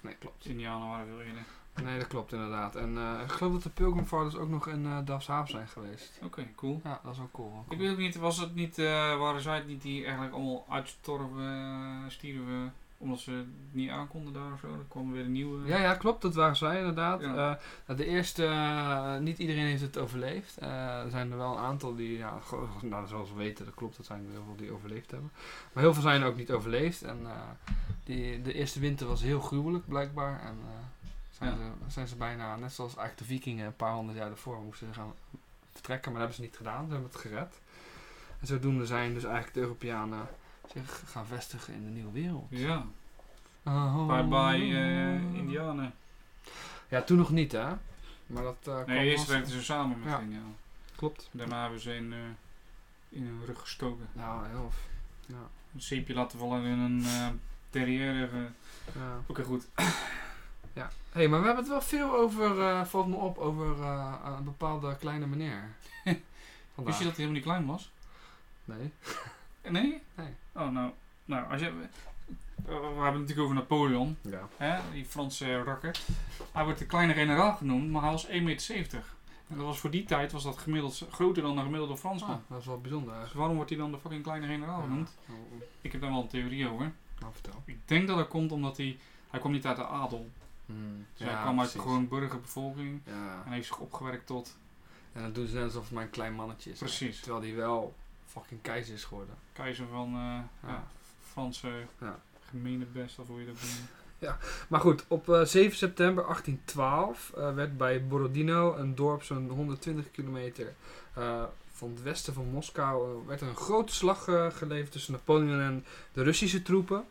[SPEAKER 2] nee, klopt.
[SPEAKER 1] Indianen waren veel eerder.
[SPEAKER 2] Nee, dat klopt inderdaad. En eh, ik geloof dat de Pilgrim Fathers ook nog in eh Dafshaaf zijn geweest.
[SPEAKER 1] Oké, cool.
[SPEAKER 2] Ja, dat is ook cool.
[SPEAKER 1] Ik weet ook niet, was het niet, eh, waren zij het niet die eigenlijk allemaal uitstorven, eh, stierven, omdat ze het niet aankonden daar of zo? Dan kwam weer een nieuwe.
[SPEAKER 2] Ja, ja, klopt. Dat waren zij inderdaad.
[SPEAKER 1] Ja.
[SPEAKER 2] Eh, de eerste, eh, niet iedereen heeft het overleefd. Eh, er zijn er wel een aantal die, ja, gewoon- nou, zoals we weten, dat klopt, dat zijn er heel veel die overleefd hebben. Maar heel veel zijn ook niet overleefd. En eh, die, de eerste winter was heel gruwelijk, blijkbaar. En eh, zijn,
[SPEAKER 1] Ja.
[SPEAKER 2] ze, zijn ze bijna, net zoals eigenlijk de vikingen een paar honderd jaar daarvoor, moesten ze gaan vertrekken. Maar dat hebben ze niet gedaan. Ze hebben het gered. En zodoende zijn dus eigenlijk de Europeanen zich gaan vestigen in de nieuwe wereld.
[SPEAKER 1] Ja,
[SPEAKER 2] Oh.
[SPEAKER 1] bye bye eh, Indianen.
[SPEAKER 2] Ja, toen nog niet, hè? Maar dat eh kwam
[SPEAKER 1] Nee, eerst
[SPEAKER 2] vast-
[SPEAKER 1] werkten ze samen met
[SPEAKER 2] Ja.
[SPEAKER 1] hen, ja.
[SPEAKER 2] Klopt.
[SPEAKER 1] Daarna hebben ze in, eh, in hun rug gestoken.
[SPEAKER 2] Nou, heel... f- Ja.
[SPEAKER 1] Een zeepje laten vallen in een eh terrière. eh. Oké,
[SPEAKER 2] ja.
[SPEAKER 1] goed.
[SPEAKER 2] Hé, hey, maar we hebben het wel veel over, eh, valt me op, over eh, een bepaalde kleine meneer. Vandaag.
[SPEAKER 1] Wist je dat hij helemaal niet klein was?
[SPEAKER 2] Nee.
[SPEAKER 1] Eh, Nee?
[SPEAKER 2] Nee.
[SPEAKER 1] Oh, nou. Nou, als je... We hebben het natuurlijk over Napoleon.
[SPEAKER 2] Ja.
[SPEAKER 1] hè, die Franse rakker. Hij wordt de kleine generaal genoemd, maar hij was 1,70 meter. En dat was voor die tijd was dat gemiddeld groter dan een gemiddelde Fransman.
[SPEAKER 2] Ah, dat is wel bijzonder
[SPEAKER 1] Dus
[SPEAKER 2] eigenlijk.
[SPEAKER 1] waarom wordt hij dan de fucking kleine generaal genoemd?
[SPEAKER 2] Ja. Nou,
[SPEAKER 1] Ik heb daar wel een theorie over.
[SPEAKER 2] nou, vertel.
[SPEAKER 1] Ik denk dat dat komt omdat hij... Hij kwam niet uit de adel. Dus hij kwam uit de
[SPEAKER 2] precies.
[SPEAKER 1] gewoon burgerbevolking.
[SPEAKER 2] Ja.
[SPEAKER 1] En heeft zich opgewerkt tot...
[SPEAKER 2] En dan doen ze net alsof het maar een klein mannetje is.
[SPEAKER 1] Precies.
[SPEAKER 2] Terwijl die wel fucking keizer is geworden.
[SPEAKER 1] Keizer van eh, ja, Franse
[SPEAKER 2] Ja.
[SPEAKER 1] gemene best, of hoe je dat noemt.
[SPEAKER 2] Maar goed, op eh, 7 september 1812 eh, werd bij Borodino, een dorp zo'n 120 kilometer eh, van het westen van Moskou, eh, werd een grote slag eh, geleverd tussen Napoleon en de Russische troepen.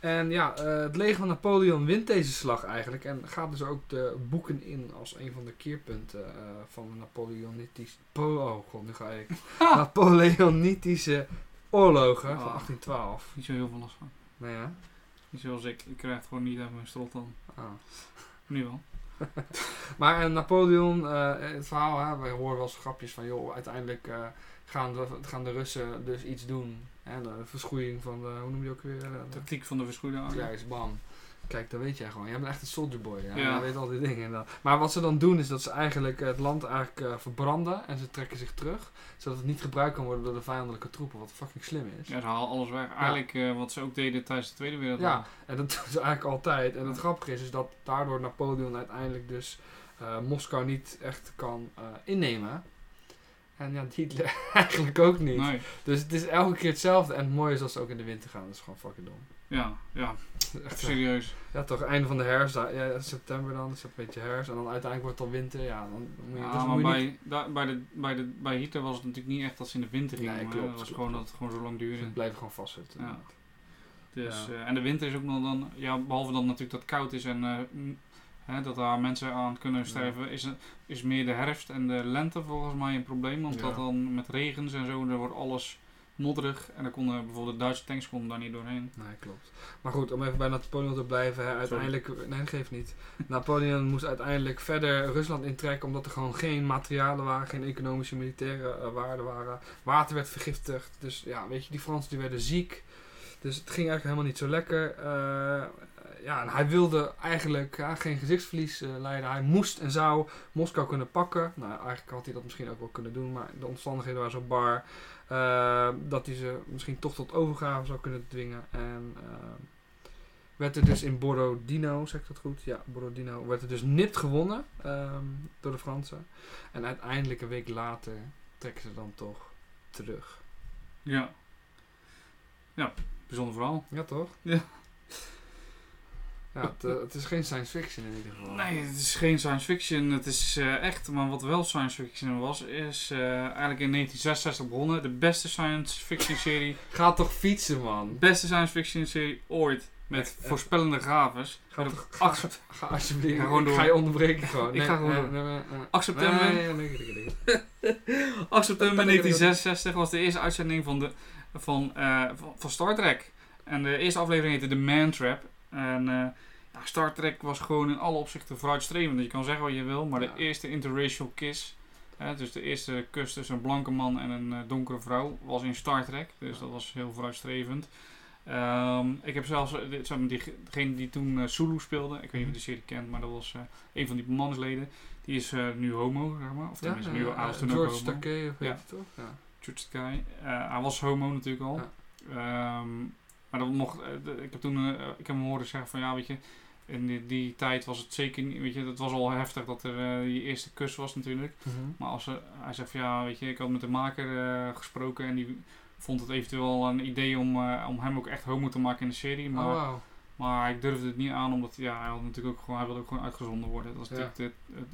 [SPEAKER 2] En ja, eh, het leger van Napoleon wint deze slag eigenlijk en gaat dus ook de boeken in als een van de keerpunten eh, van de Napoleonitische... Po- oh god, nu ga ik... Napoleonitische oorlogen
[SPEAKER 1] Ah.
[SPEAKER 2] van Nou 1812.
[SPEAKER 1] Niet zo heel veel last van.
[SPEAKER 2] Nee hè?
[SPEAKER 1] Niet zoals ik. Ik krijg het gewoon niet uit mijn strot dan.
[SPEAKER 2] Ah.
[SPEAKER 1] Nu wel.
[SPEAKER 2] Maar en Napoleon, eh, het verhaal, hè, we horen wel eens grapjes van, joh, uiteindelijk eh, gaan, de, gaan de Russen dus iets doen. Hè, de verschroeiing van, de, hoe noem je die ook weer? eh, de-
[SPEAKER 1] Tactiek van de verschoeide aan.
[SPEAKER 2] ja, is bam. Kijk, dat weet jij gewoon. Jij bent echt een soldier boy. Ja.
[SPEAKER 1] Ja.
[SPEAKER 2] Jij weet al die dingen. en dat. Maar wat ze dan doen is dat ze eigenlijk eh, het land eigenlijk eh, verbranden en ze trekken zich terug. Zodat het niet gebruikt kan worden door de vijandelijke troepen, wat fucking slim is.
[SPEAKER 1] Ja, ze halen alles weg. Eigenlijk eh, wat ze ook deden tijdens de Tweede Wereldoorlog.
[SPEAKER 2] Ja, en dat doen ze eigenlijk altijd. En het grappige is, is dat daardoor Napoleon uiteindelijk dus eh, Moskou niet echt kan eh, innemen. En ja, Hitler eigenlijk ook niet.
[SPEAKER 1] nee.
[SPEAKER 2] Dus het is elke keer hetzelfde. En het mooie is dat ze ook in de winter gaan. Dat is gewoon fucking dom.
[SPEAKER 1] Ja, ja,
[SPEAKER 2] Echt, eh,
[SPEAKER 1] serieus.
[SPEAKER 2] ja, toch, einde van de herfst. daar- Ja, september dan, is dat een beetje herfst. En dan uiteindelijk wordt het al winter. Ja, dan moet je,
[SPEAKER 1] Ja,
[SPEAKER 2] dus
[SPEAKER 1] maar
[SPEAKER 2] moet je niet...
[SPEAKER 1] bij, daar- bij, de, bij, de, bij Hitler was het natuurlijk niet echt dat ze in de winter
[SPEAKER 2] Nee,
[SPEAKER 1] gingen. Nee,
[SPEAKER 2] klopt,
[SPEAKER 1] Het was
[SPEAKER 2] klopt,
[SPEAKER 1] gewoon dat
[SPEAKER 2] klopt.
[SPEAKER 1] het gewoon zo lang
[SPEAKER 2] Dus
[SPEAKER 1] duurde.
[SPEAKER 2] het blijft gewoon vastzitten.
[SPEAKER 1] Ja. Dus,
[SPEAKER 2] Ja.
[SPEAKER 1] eh, en de winter is ook nog dan, ja, behalve dan natuurlijk dat het koud is en eh, m- hè, dat daar mensen aan kunnen sterven, is, het- is meer de herfst en de lente volgens mij een probleem. Omdat
[SPEAKER 2] Ja.
[SPEAKER 1] dan met regens en zo, dan wordt alles modderig. En dan konden bijvoorbeeld de Duitse tanks konden daar niet doorheen.
[SPEAKER 2] Nee, klopt. Maar goed, om even bij Napoleon te blijven. Hè, uiteindelijk, nee, dat geeft niet. Napoleon moest uiteindelijk verder Rusland intrekken. Omdat er gewoon geen materialen waren, geen economische militaire eh, waarden waren. Water werd vergiftigd. Dus ja, weet je, die Fransen die werden ziek. Dus het ging eigenlijk helemaal niet zo lekker. Eh, ja, en hij wilde eigenlijk ja, geen gezichtsverlies eh, leiden. Hij moest en zou Moskou kunnen pakken. Nou, eigenlijk had hij dat misschien ook wel kunnen doen. Maar de omstandigheden waren zo bar. Eh, dat hij ze misschien toch tot overgave zou kunnen dwingen. En eh, werd er dus in Borodino, zeg ik dat goed? Ja, Borodino. Werd er dus nipt gewonnen ehm, door de Fransen. En uiteindelijk een week later trekken ze dan toch terug.
[SPEAKER 1] Ja. Ja, bijzonder verhaal.
[SPEAKER 2] Ja, toch?
[SPEAKER 1] Ja.
[SPEAKER 2] Ja, het, eh, het is geen science fiction in ieder geval.
[SPEAKER 1] Nee, het is geen science fiction, het is eh, echt. Maar wat wel science fiction was, is eh, eigenlijk in 1966 begonnen. De beste science fiction serie,
[SPEAKER 2] Ga toch fietsen, man.
[SPEAKER 1] beste science fiction serie ooit. Met
[SPEAKER 2] Echt, eh,
[SPEAKER 1] voorspellende gaves.
[SPEAKER 2] Ga,
[SPEAKER 1] Met
[SPEAKER 2] toch,
[SPEAKER 1] op 8,
[SPEAKER 2] ga alsjeblieft.
[SPEAKER 1] Ik ga gewoon
[SPEAKER 2] ik
[SPEAKER 1] door.
[SPEAKER 2] ga je onderbreken gewoon.
[SPEAKER 1] Ik ga gewoon
[SPEAKER 2] nee,
[SPEAKER 1] door.
[SPEAKER 2] nee, nee, nee.
[SPEAKER 1] 8 september.
[SPEAKER 2] Nee, nee, nee, nee, nee.
[SPEAKER 1] 8 september 1966 was de eerste uitzending van, de, van, eh, van- van Star Trek. En de eerste aflevering heette The Man Trap. En eh, ja, Star Trek was gewoon in alle opzichten vooruitstrevend. Dus je kan zeggen wat je wil, maar
[SPEAKER 2] Ja.
[SPEAKER 1] de eerste interracial kiss... Hè, dus de eerste kus tussen een blanke man en een eh, donkere vrouw was in Star Trek. Dus
[SPEAKER 2] Ja.
[SPEAKER 1] dat was heel vooruitstrevend. Ehm, ik heb zelfs, eh, dit zijn die, degene die toen eh, Zulu speelde, ik weet
[SPEAKER 2] Mhm.
[SPEAKER 1] niet of je de serie kent, maar dat was eh, een van die bemanningsleden. Die is eh, nu homo, zeg maar. Of tenminste, nu
[SPEAKER 2] eh,
[SPEAKER 1] ouders
[SPEAKER 2] eh,
[SPEAKER 1] toen ook homo.
[SPEAKER 2] George Takei,
[SPEAKER 1] Ja.
[SPEAKER 2] ja. toch? Ja.
[SPEAKER 1] Tsutsukai. Eh, hij was homo natuurlijk al.
[SPEAKER 2] Ja.
[SPEAKER 1] Ehm, maar dat mocht, eh, de- ik heb toen eh, ik heb hem horen zeggen van ja, weet je, in die, die tijd was het zeker niet, weet je, dat was al heftig dat er eh, die eerste kus was natuurlijk.
[SPEAKER 2] Mhm.
[SPEAKER 1] Maar als er- hij zegt van ja, weet je, ik had met de maker eh, gesproken en die vond het eventueel een idee om, eh, om hem ook echt homo te maken in de serie. Maar,
[SPEAKER 2] Oh, wauw.
[SPEAKER 1] maar ik durfde het niet aan, omdat ja, hij, had natuurlijk ook gewoon, hij wilde ook gewoon uitgezonden worden. Dat is
[SPEAKER 2] Ja.
[SPEAKER 1] natuurlijk het, het,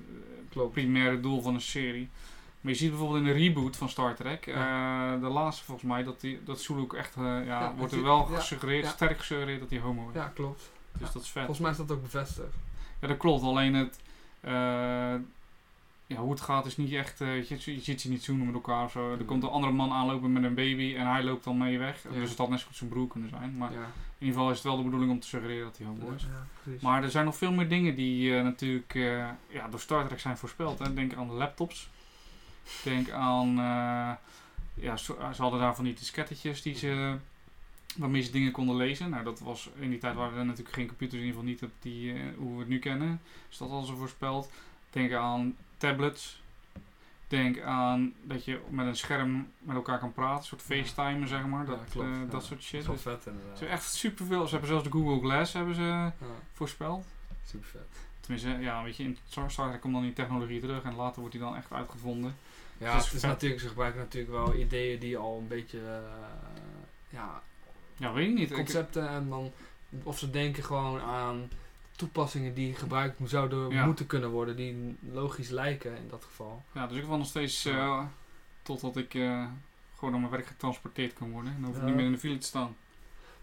[SPEAKER 2] Klopt.
[SPEAKER 1] primaire doel van een serie. Maar je ziet bijvoorbeeld in de reboot van Star Trek, eh, de laatste volgens mij, dat, die, dat Sulu ook echt, eh, ja,
[SPEAKER 2] dat
[SPEAKER 1] wordt er
[SPEAKER 2] die-
[SPEAKER 1] wel
[SPEAKER 2] ja,
[SPEAKER 1] gesuggereerd,
[SPEAKER 2] ja.
[SPEAKER 1] sterk gesuggereerd dat hij homo is.
[SPEAKER 2] Ja, klopt.
[SPEAKER 1] Dus dat is vet.
[SPEAKER 2] Volgens mij is dat ook bevestigd.
[SPEAKER 1] Ja, dat klopt. Alleen het, eh, ja, hoe het gaat is niet echt, eh, weet je, je ziet ze niet zoenen met elkaar of zo. Er
[SPEAKER 2] Hmm.
[SPEAKER 1] komt een andere man aanlopen met een baby en hij loopt dan mee weg.
[SPEAKER 2] Ja.
[SPEAKER 1] Dus het had net zo goed zijn broer kunnen zijn. Maar
[SPEAKER 2] ja.
[SPEAKER 1] in ieder geval is het wel de bedoeling om te suggereren dat hij homo is.
[SPEAKER 2] ja, precies.
[SPEAKER 1] Maar er zijn nog veel meer dingen die eh, natuurlijk eh, ja, door Star Trek zijn voorspeld. Hè. Denk aan de laptops. Denk aan... eh, ja, zo- ze hadden daar van die diskettetjes die ze, waarmee ze dingen konden lezen. Nou, dat was in die tijd waren er natuurlijk geen computers, in ieder geval niet op die, eh, hoe we het nu kennen. Dus dat hadden ze voorspeld. Denk aan tablets. Denk aan dat je met een scherm met elkaar kan praten. Een soort
[SPEAKER 2] Ja.
[SPEAKER 1] FaceTime, zeg maar.
[SPEAKER 2] Ja,
[SPEAKER 1] Dat,
[SPEAKER 2] klopt,
[SPEAKER 1] eh,
[SPEAKER 2] ja.
[SPEAKER 1] dat soort
[SPEAKER 2] Dat
[SPEAKER 1] shit.
[SPEAKER 2] is wel
[SPEAKER 1] Dus,
[SPEAKER 2] vet
[SPEAKER 1] ze
[SPEAKER 2] inderdaad.
[SPEAKER 1] hebben echt superveel. Ze hebben zelfs de Google Glass hebben ze
[SPEAKER 2] Ja,
[SPEAKER 1] voorspeld.
[SPEAKER 2] super vet.
[SPEAKER 1] Tenminste, ja, weet je, in Star Star Trek komt dan die technologie terug en later wordt die dan echt uitgevonden.
[SPEAKER 2] Ja,
[SPEAKER 1] Het is
[SPEAKER 2] het is
[SPEAKER 1] vet.
[SPEAKER 2] natuurlijk, ze gebruiken natuurlijk wel ideeën die al een beetje, eh, ja,
[SPEAKER 1] Ja, weet ik niet. Ik-
[SPEAKER 2] concepten en dan, of ze denken gewoon aan toepassingen die gebruikt zouden
[SPEAKER 1] Ja.
[SPEAKER 2] moeten kunnen worden, die logisch lijken in dat geval.
[SPEAKER 1] ja, dus ik wil nog steeds, eh,
[SPEAKER 2] Ja.
[SPEAKER 1] totdat ik eh, gewoon naar mijn werk getransporteerd kan worden. En dan hoef ik
[SPEAKER 2] Ja.
[SPEAKER 1] niet meer in de file te staan.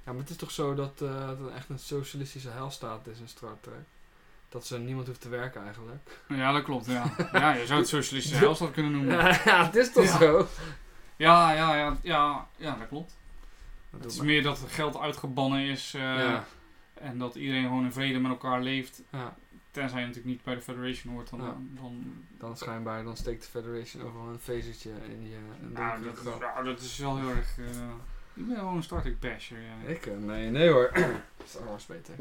[SPEAKER 2] Ja, maar het is toch zo dat eh, dat het echt een socialistische heilstaat is in Star Trek? Dat ze niemand hoeft te werken eigenlijk.
[SPEAKER 1] Ja, dat klopt, ja. ja, je zou het socialistische heilstad kunnen noemen. Ja,
[SPEAKER 2] Ja, het is toch
[SPEAKER 1] Ja.
[SPEAKER 2] zo?
[SPEAKER 1] ja, ja, ja, ja, dat klopt.
[SPEAKER 2] Dat
[SPEAKER 1] Het is
[SPEAKER 2] maar-
[SPEAKER 1] meer dat geld uitgebannen is eh,
[SPEAKER 2] ja.
[SPEAKER 1] en dat iedereen gewoon in vrede met elkaar leeft.
[SPEAKER 2] ja,
[SPEAKER 1] Tenzij je natuurlijk niet bij de Federation hoort, dan...
[SPEAKER 2] Ja.
[SPEAKER 1] dan,
[SPEAKER 2] dan schijnbaar, dan steekt de Federation overal een vezeltje in je... in
[SPEAKER 1] nou,
[SPEAKER 2] de-
[SPEAKER 1] dat, is- nou, dat is wel heel erg... eh, ik ben gewoon een Star Trek basher, ja.
[SPEAKER 2] Ik? eh, Nee, nee hoor. Star Wars beter.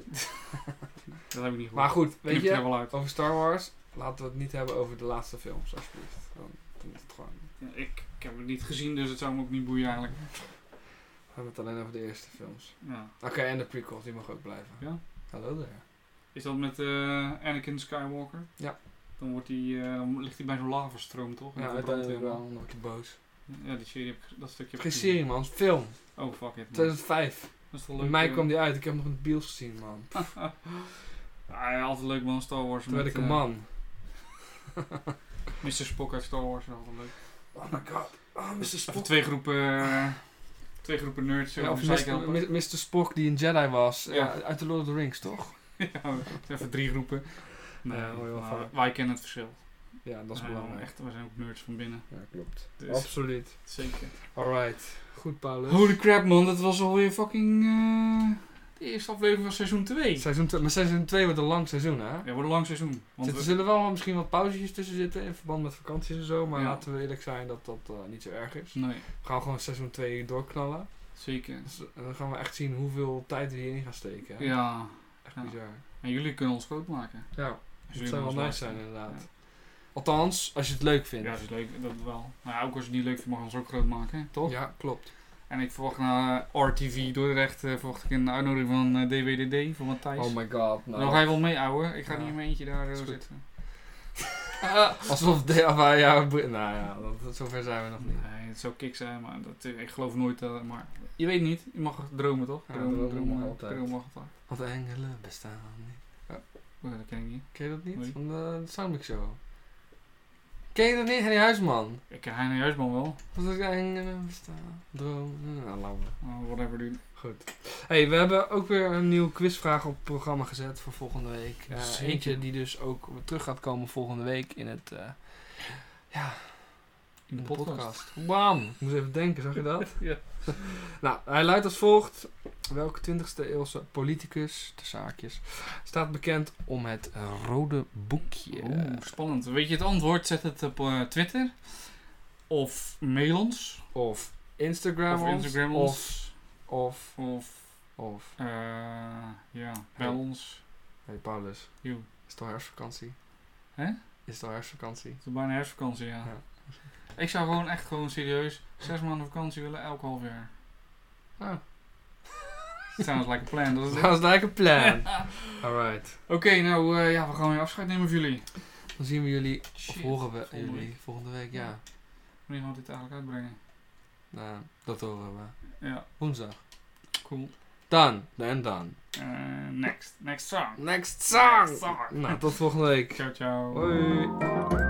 [SPEAKER 1] Dat heb ik niet gehoord.
[SPEAKER 2] Maar goed, weet
[SPEAKER 1] Knipt er
[SPEAKER 2] je,
[SPEAKER 1] wel uit.
[SPEAKER 2] over Star Wars, laten we het niet hebben over de laatste films, alsjeblieft. Dan, dan is het gewoon...
[SPEAKER 1] Ja, Ik, ik heb het niet gezien, dus het zou me ook niet boeien eigenlijk.
[SPEAKER 2] We hebben het alleen over de eerste films.
[SPEAKER 1] Ja.
[SPEAKER 2] Oké, en de prequels, die mag ook blijven.
[SPEAKER 1] Ja.
[SPEAKER 2] Hallo daar.
[SPEAKER 1] Is dat met eh, Anakin Skywalker?
[SPEAKER 2] Ja.
[SPEAKER 1] Dan, wordt die, eh, dan ligt hij bij zo'n lavastroom, toch? En
[SPEAKER 2] Ja,
[SPEAKER 1] dan verbrandt hij
[SPEAKER 2] uiteindelijk wel, dan word je boos.
[SPEAKER 1] helemaal. Ja, die serie heb ik, ge- dat stukje heb
[SPEAKER 2] Geen
[SPEAKER 1] ik gezien.
[SPEAKER 2] serie man, film.
[SPEAKER 1] Oh, fuck it. man.
[SPEAKER 2] 2005.
[SPEAKER 1] Dat is toch leuk.
[SPEAKER 2] Bij mij
[SPEAKER 1] eh,
[SPEAKER 2] kwam die uit, ik heb hem nog in de bios gezien man.
[SPEAKER 1] ah, ja, altijd leuk man, Star Wars.
[SPEAKER 2] Toen werd
[SPEAKER 1] met,
[SPEAKER 2] ik een
[SPEAKER 1] eh,
[SPEAKER 2] man.
[SPEAKER 1] Mr. Spock uit Star Wars, is altijd leuk.
[SPEAKER 2] Oh my god. Oh, Mr.
[SPEAKER 1] Even
[SPEAKER 2] Spock.
[SPEAKER 1] twee groepen, eh, twee groepen nerds.
[SPEAKER 2] Ja,
[SPEAKER 1] Ja,
[SPEAKER 2] of
[SPEAKER 1] de
[SPEAKER 2] Mr.
[SPEAKER 1] zijkant.
[SPEAKER 2] Mi- Mr. Spock die een Jedi was.
[SPEAKER 1] nou Ja.
[SPEAKER 2] Ja. Uit de Lord of the Rings, toch?
[SPEAKER 1] ja, even drie groepen. Eh, Nee,
[SPEAKER 2] Ja, hoor je wel
[SPEAKER 1] maar
[SPEAKER 2] vaak.
[SPEAKER 1] wij kennen het verschil.
[SPEAKER 2] Ja, dat is
[SPEAKER 1] Wij zijn
[SPEAKER 2] belangrijk.
[SPEAKER 1] Ah, Echt, wij zijn ook nerds van binnen.
[SPEAKER 2] Ja, klopt.
[SPEAKER 1] Dus-
[SPEAKER 2] Absoluut.
[SPEAKER 1] Zeker.
[SPEAKER 2] Alright. Goed, Paulus.
[SPEAKER 1] Holy crap man, dat was alweer fucking eh, de eerste aflevering van seizoen 2.
[SPEAKER 2] Seizoen twee- maar seizoen 2 wordt een lang seizoen, hè?
[SPEAKER 1] Ja, wordt een lang seizoen. Want
[SPEAKER 2] Zit-
[SPEAKER 1] we-
[SPEAKER 2] er zullen wel misschien wat pauzetjes tussen zitten in verband met vakanties en zo. Maar
[SPEAKER 1] Ja.
[SPEAKER 2] laten we eerlijk zijn dat dat eh, niet zo erg is.
[SPEAKER 1] Nee,
[SPEAKER 2] We gaan gewoon seizoen 2 doorknallen.
[SPEAKER 1] zeker.
[SPEAKER 2] Dus, eh, dan gaan we echt zien hoeveel tijd we hierin gaan steken. hè.
[SPEAKER 1] Ja,
[SPEAKER 2] Echt
[SPEAKER 1] ja.
[SPEAKER 2] bizar.
[SPEAKER 1] en jullie kunnen ons groot maken.
[SPEAKER 2] Ja,
[SPEAKER 1] Als
[SPEAKER 2] het
[SPEAKER 1] jullie
[SPEAKER 2] zou wel
[SPEAKER 1] ons
[SPEAKER 2] nice
[SPEAKER 1] luisteren.
[SPEAKER 2] zijn inderdaad. Althans, als je het leuk vindt.
[SPEAKER 1] Ja, dat is leuk, dat wel. Maar ja, ook als je het niet leuk vindt, mag je ons ook groot maken, hè, toch?
[SPEAKER 2] Ja, klopt.
[SPEAKER 1] En ik verwacht na eh, RTV Dordrecht, eh, verwacht ik een uitnodiging van eh, DWDD, van Matthijs.
[SPEAKER 2] Oh my god.
[SPEAKER 1] Dan
[SPEAKER 2] Nou,
[SPEAKER 1] ga je wel mee, ouwe. Ik ga
[SPEAKER 2] Ja.
[SPEAKER 1] niet in mijn eentje daar eh,
[SPEAKER 2] Is goed.
[SPEAKER 1] zitten.
[SPEAKER 2] Alsof DAVA jou... Nou ja, dat, dat- zover zijn we nog niet.
[SPEAKER 1] Nee, het zou kick zijn, maar dat, ik geloof nooit dat... Maar je weet niet, je mag dromen, toch?
[SPEAKER 2] Ja,
[SPEAKER 1] dromen,
[SPEAKER 2] dromen
[SPEAKER 1] dromen, eh,
[SPEAKER 2] mag
[SPEAKER 1] dromen,
[SPEAKER 2] altijd.
[SPEAKER 1] mag altijd.
[SPEAKER 2] Want engelen bestaan niet.
[SPEAKER 1] Oh, dat ken ik niet.
[SPEAKER 2] Ken je dat niet?
[SPEAKER 1] Nee.
[SPEAKER 2] Van de Soundmix Show. Ken je dat niet? Henny Huisman.
[SPEAKER 1] Ik ken Heine Juisman wel.
[SPEAKER 2] Wat is engelen bestaan? Dromen. Nou, laat maar.
[SPEAKER 1] Uh, whatever, dude.
[SPEAKER 2] Goed. hey, we hebben ook weer een nieuwe quizvraag op het programma gezet voor volgende week. Eh,
[SPEAKER 1] Zeker.
[SPEAKER 2] eentje die dus ook weer terug gaat komen volgende week in het... eh, ja,
[SPEAKER 1] In de
[SPEAKER 2] in
[SPEAKER 1] podcast.
[SPEAKER 2] Bam! Ik moest even denken, zag je dat?
[SPEAKER 1] Ja.
[SPEAKER 2] Nou, hij luidt als volgt. Welke 20e eeuwse politicus, de zaakjes, staat bekend om het eh, rode boekje?
[SPEAKER 1] Oeh, spannend. Weet je het antwoord? Zet het op eh, Twitter. Of mail ons.
[SPEAKER 2] Of Instagram
[SPEAKER 1] of
[SPEAKER 2] ons,
[SPEAKER 1] Instagram
[SPEAKER 2] Of,
[SPEAKER 1] ons.
[SPEAKER 2] of
[SPEAKER 1] Of
[SPEAKER 2] Of,
[SPEAKER 1] Eh, ja, bij
[SPEAKER 2] Hey.
[SPEAKER 1] ons.
[SPEAKER 2] hey Paulus,
[SPEAKER 1] Joe,
[SPEAKER 2] is het al herfstvakantie?
[SPEAKER 1] Hè?
[SPEAKER 2] Is het al herfstvakantie?
[SPEAKER 1] het is bijna herfstvakantie, ja.
[SPEAKER 2] Ja.
[SPEAKER 1] Ik zou gewoon echt gewoon serieus zes maanden vakantie willen elk half jaar.
[SPEAKER 2] Ah,
[SPEAKER 1] Sounds like a plan, dat is het.
[SPEAKER 2] sounds like a plan. Alright.
[SPEAKER 1] Oké, nou eh, ja, we gaan weer afscheid nemen van jullie.
[SPEAKER 2] Dan zien we jullie, of
[SPEAKER 1] Shit,
[SPEAKER 2] horen we
[SPEAKER 1] volgende
[SPEAKER 2] jullie
[SPEAKER 1] week.
[SPEAKER 2] volgende week, ja.
[SPEAKER 1] Wanneer gaan we dit eigenlijk uitbrengen?
[SPEAKER 2] Nou, dat horen we.
[SPEAKER 1] Ja,
[SPEAKER 2] Woensdag.
[SPEAKER 1] cool.
[SPEAKER 2] Dan, dan, dan.
[SPEAKER 1] Eh, next, next song.
[SPEAKER 2] Next
[SPEAKER 1] Next
[SPEAKER 2] song!
[SPEAKER 1] song.
[SPEAKER 2] Nou, tot volgende week.
[SPEAKER 1] Ciao, ciao.
[SPEAKER 2] Hoi.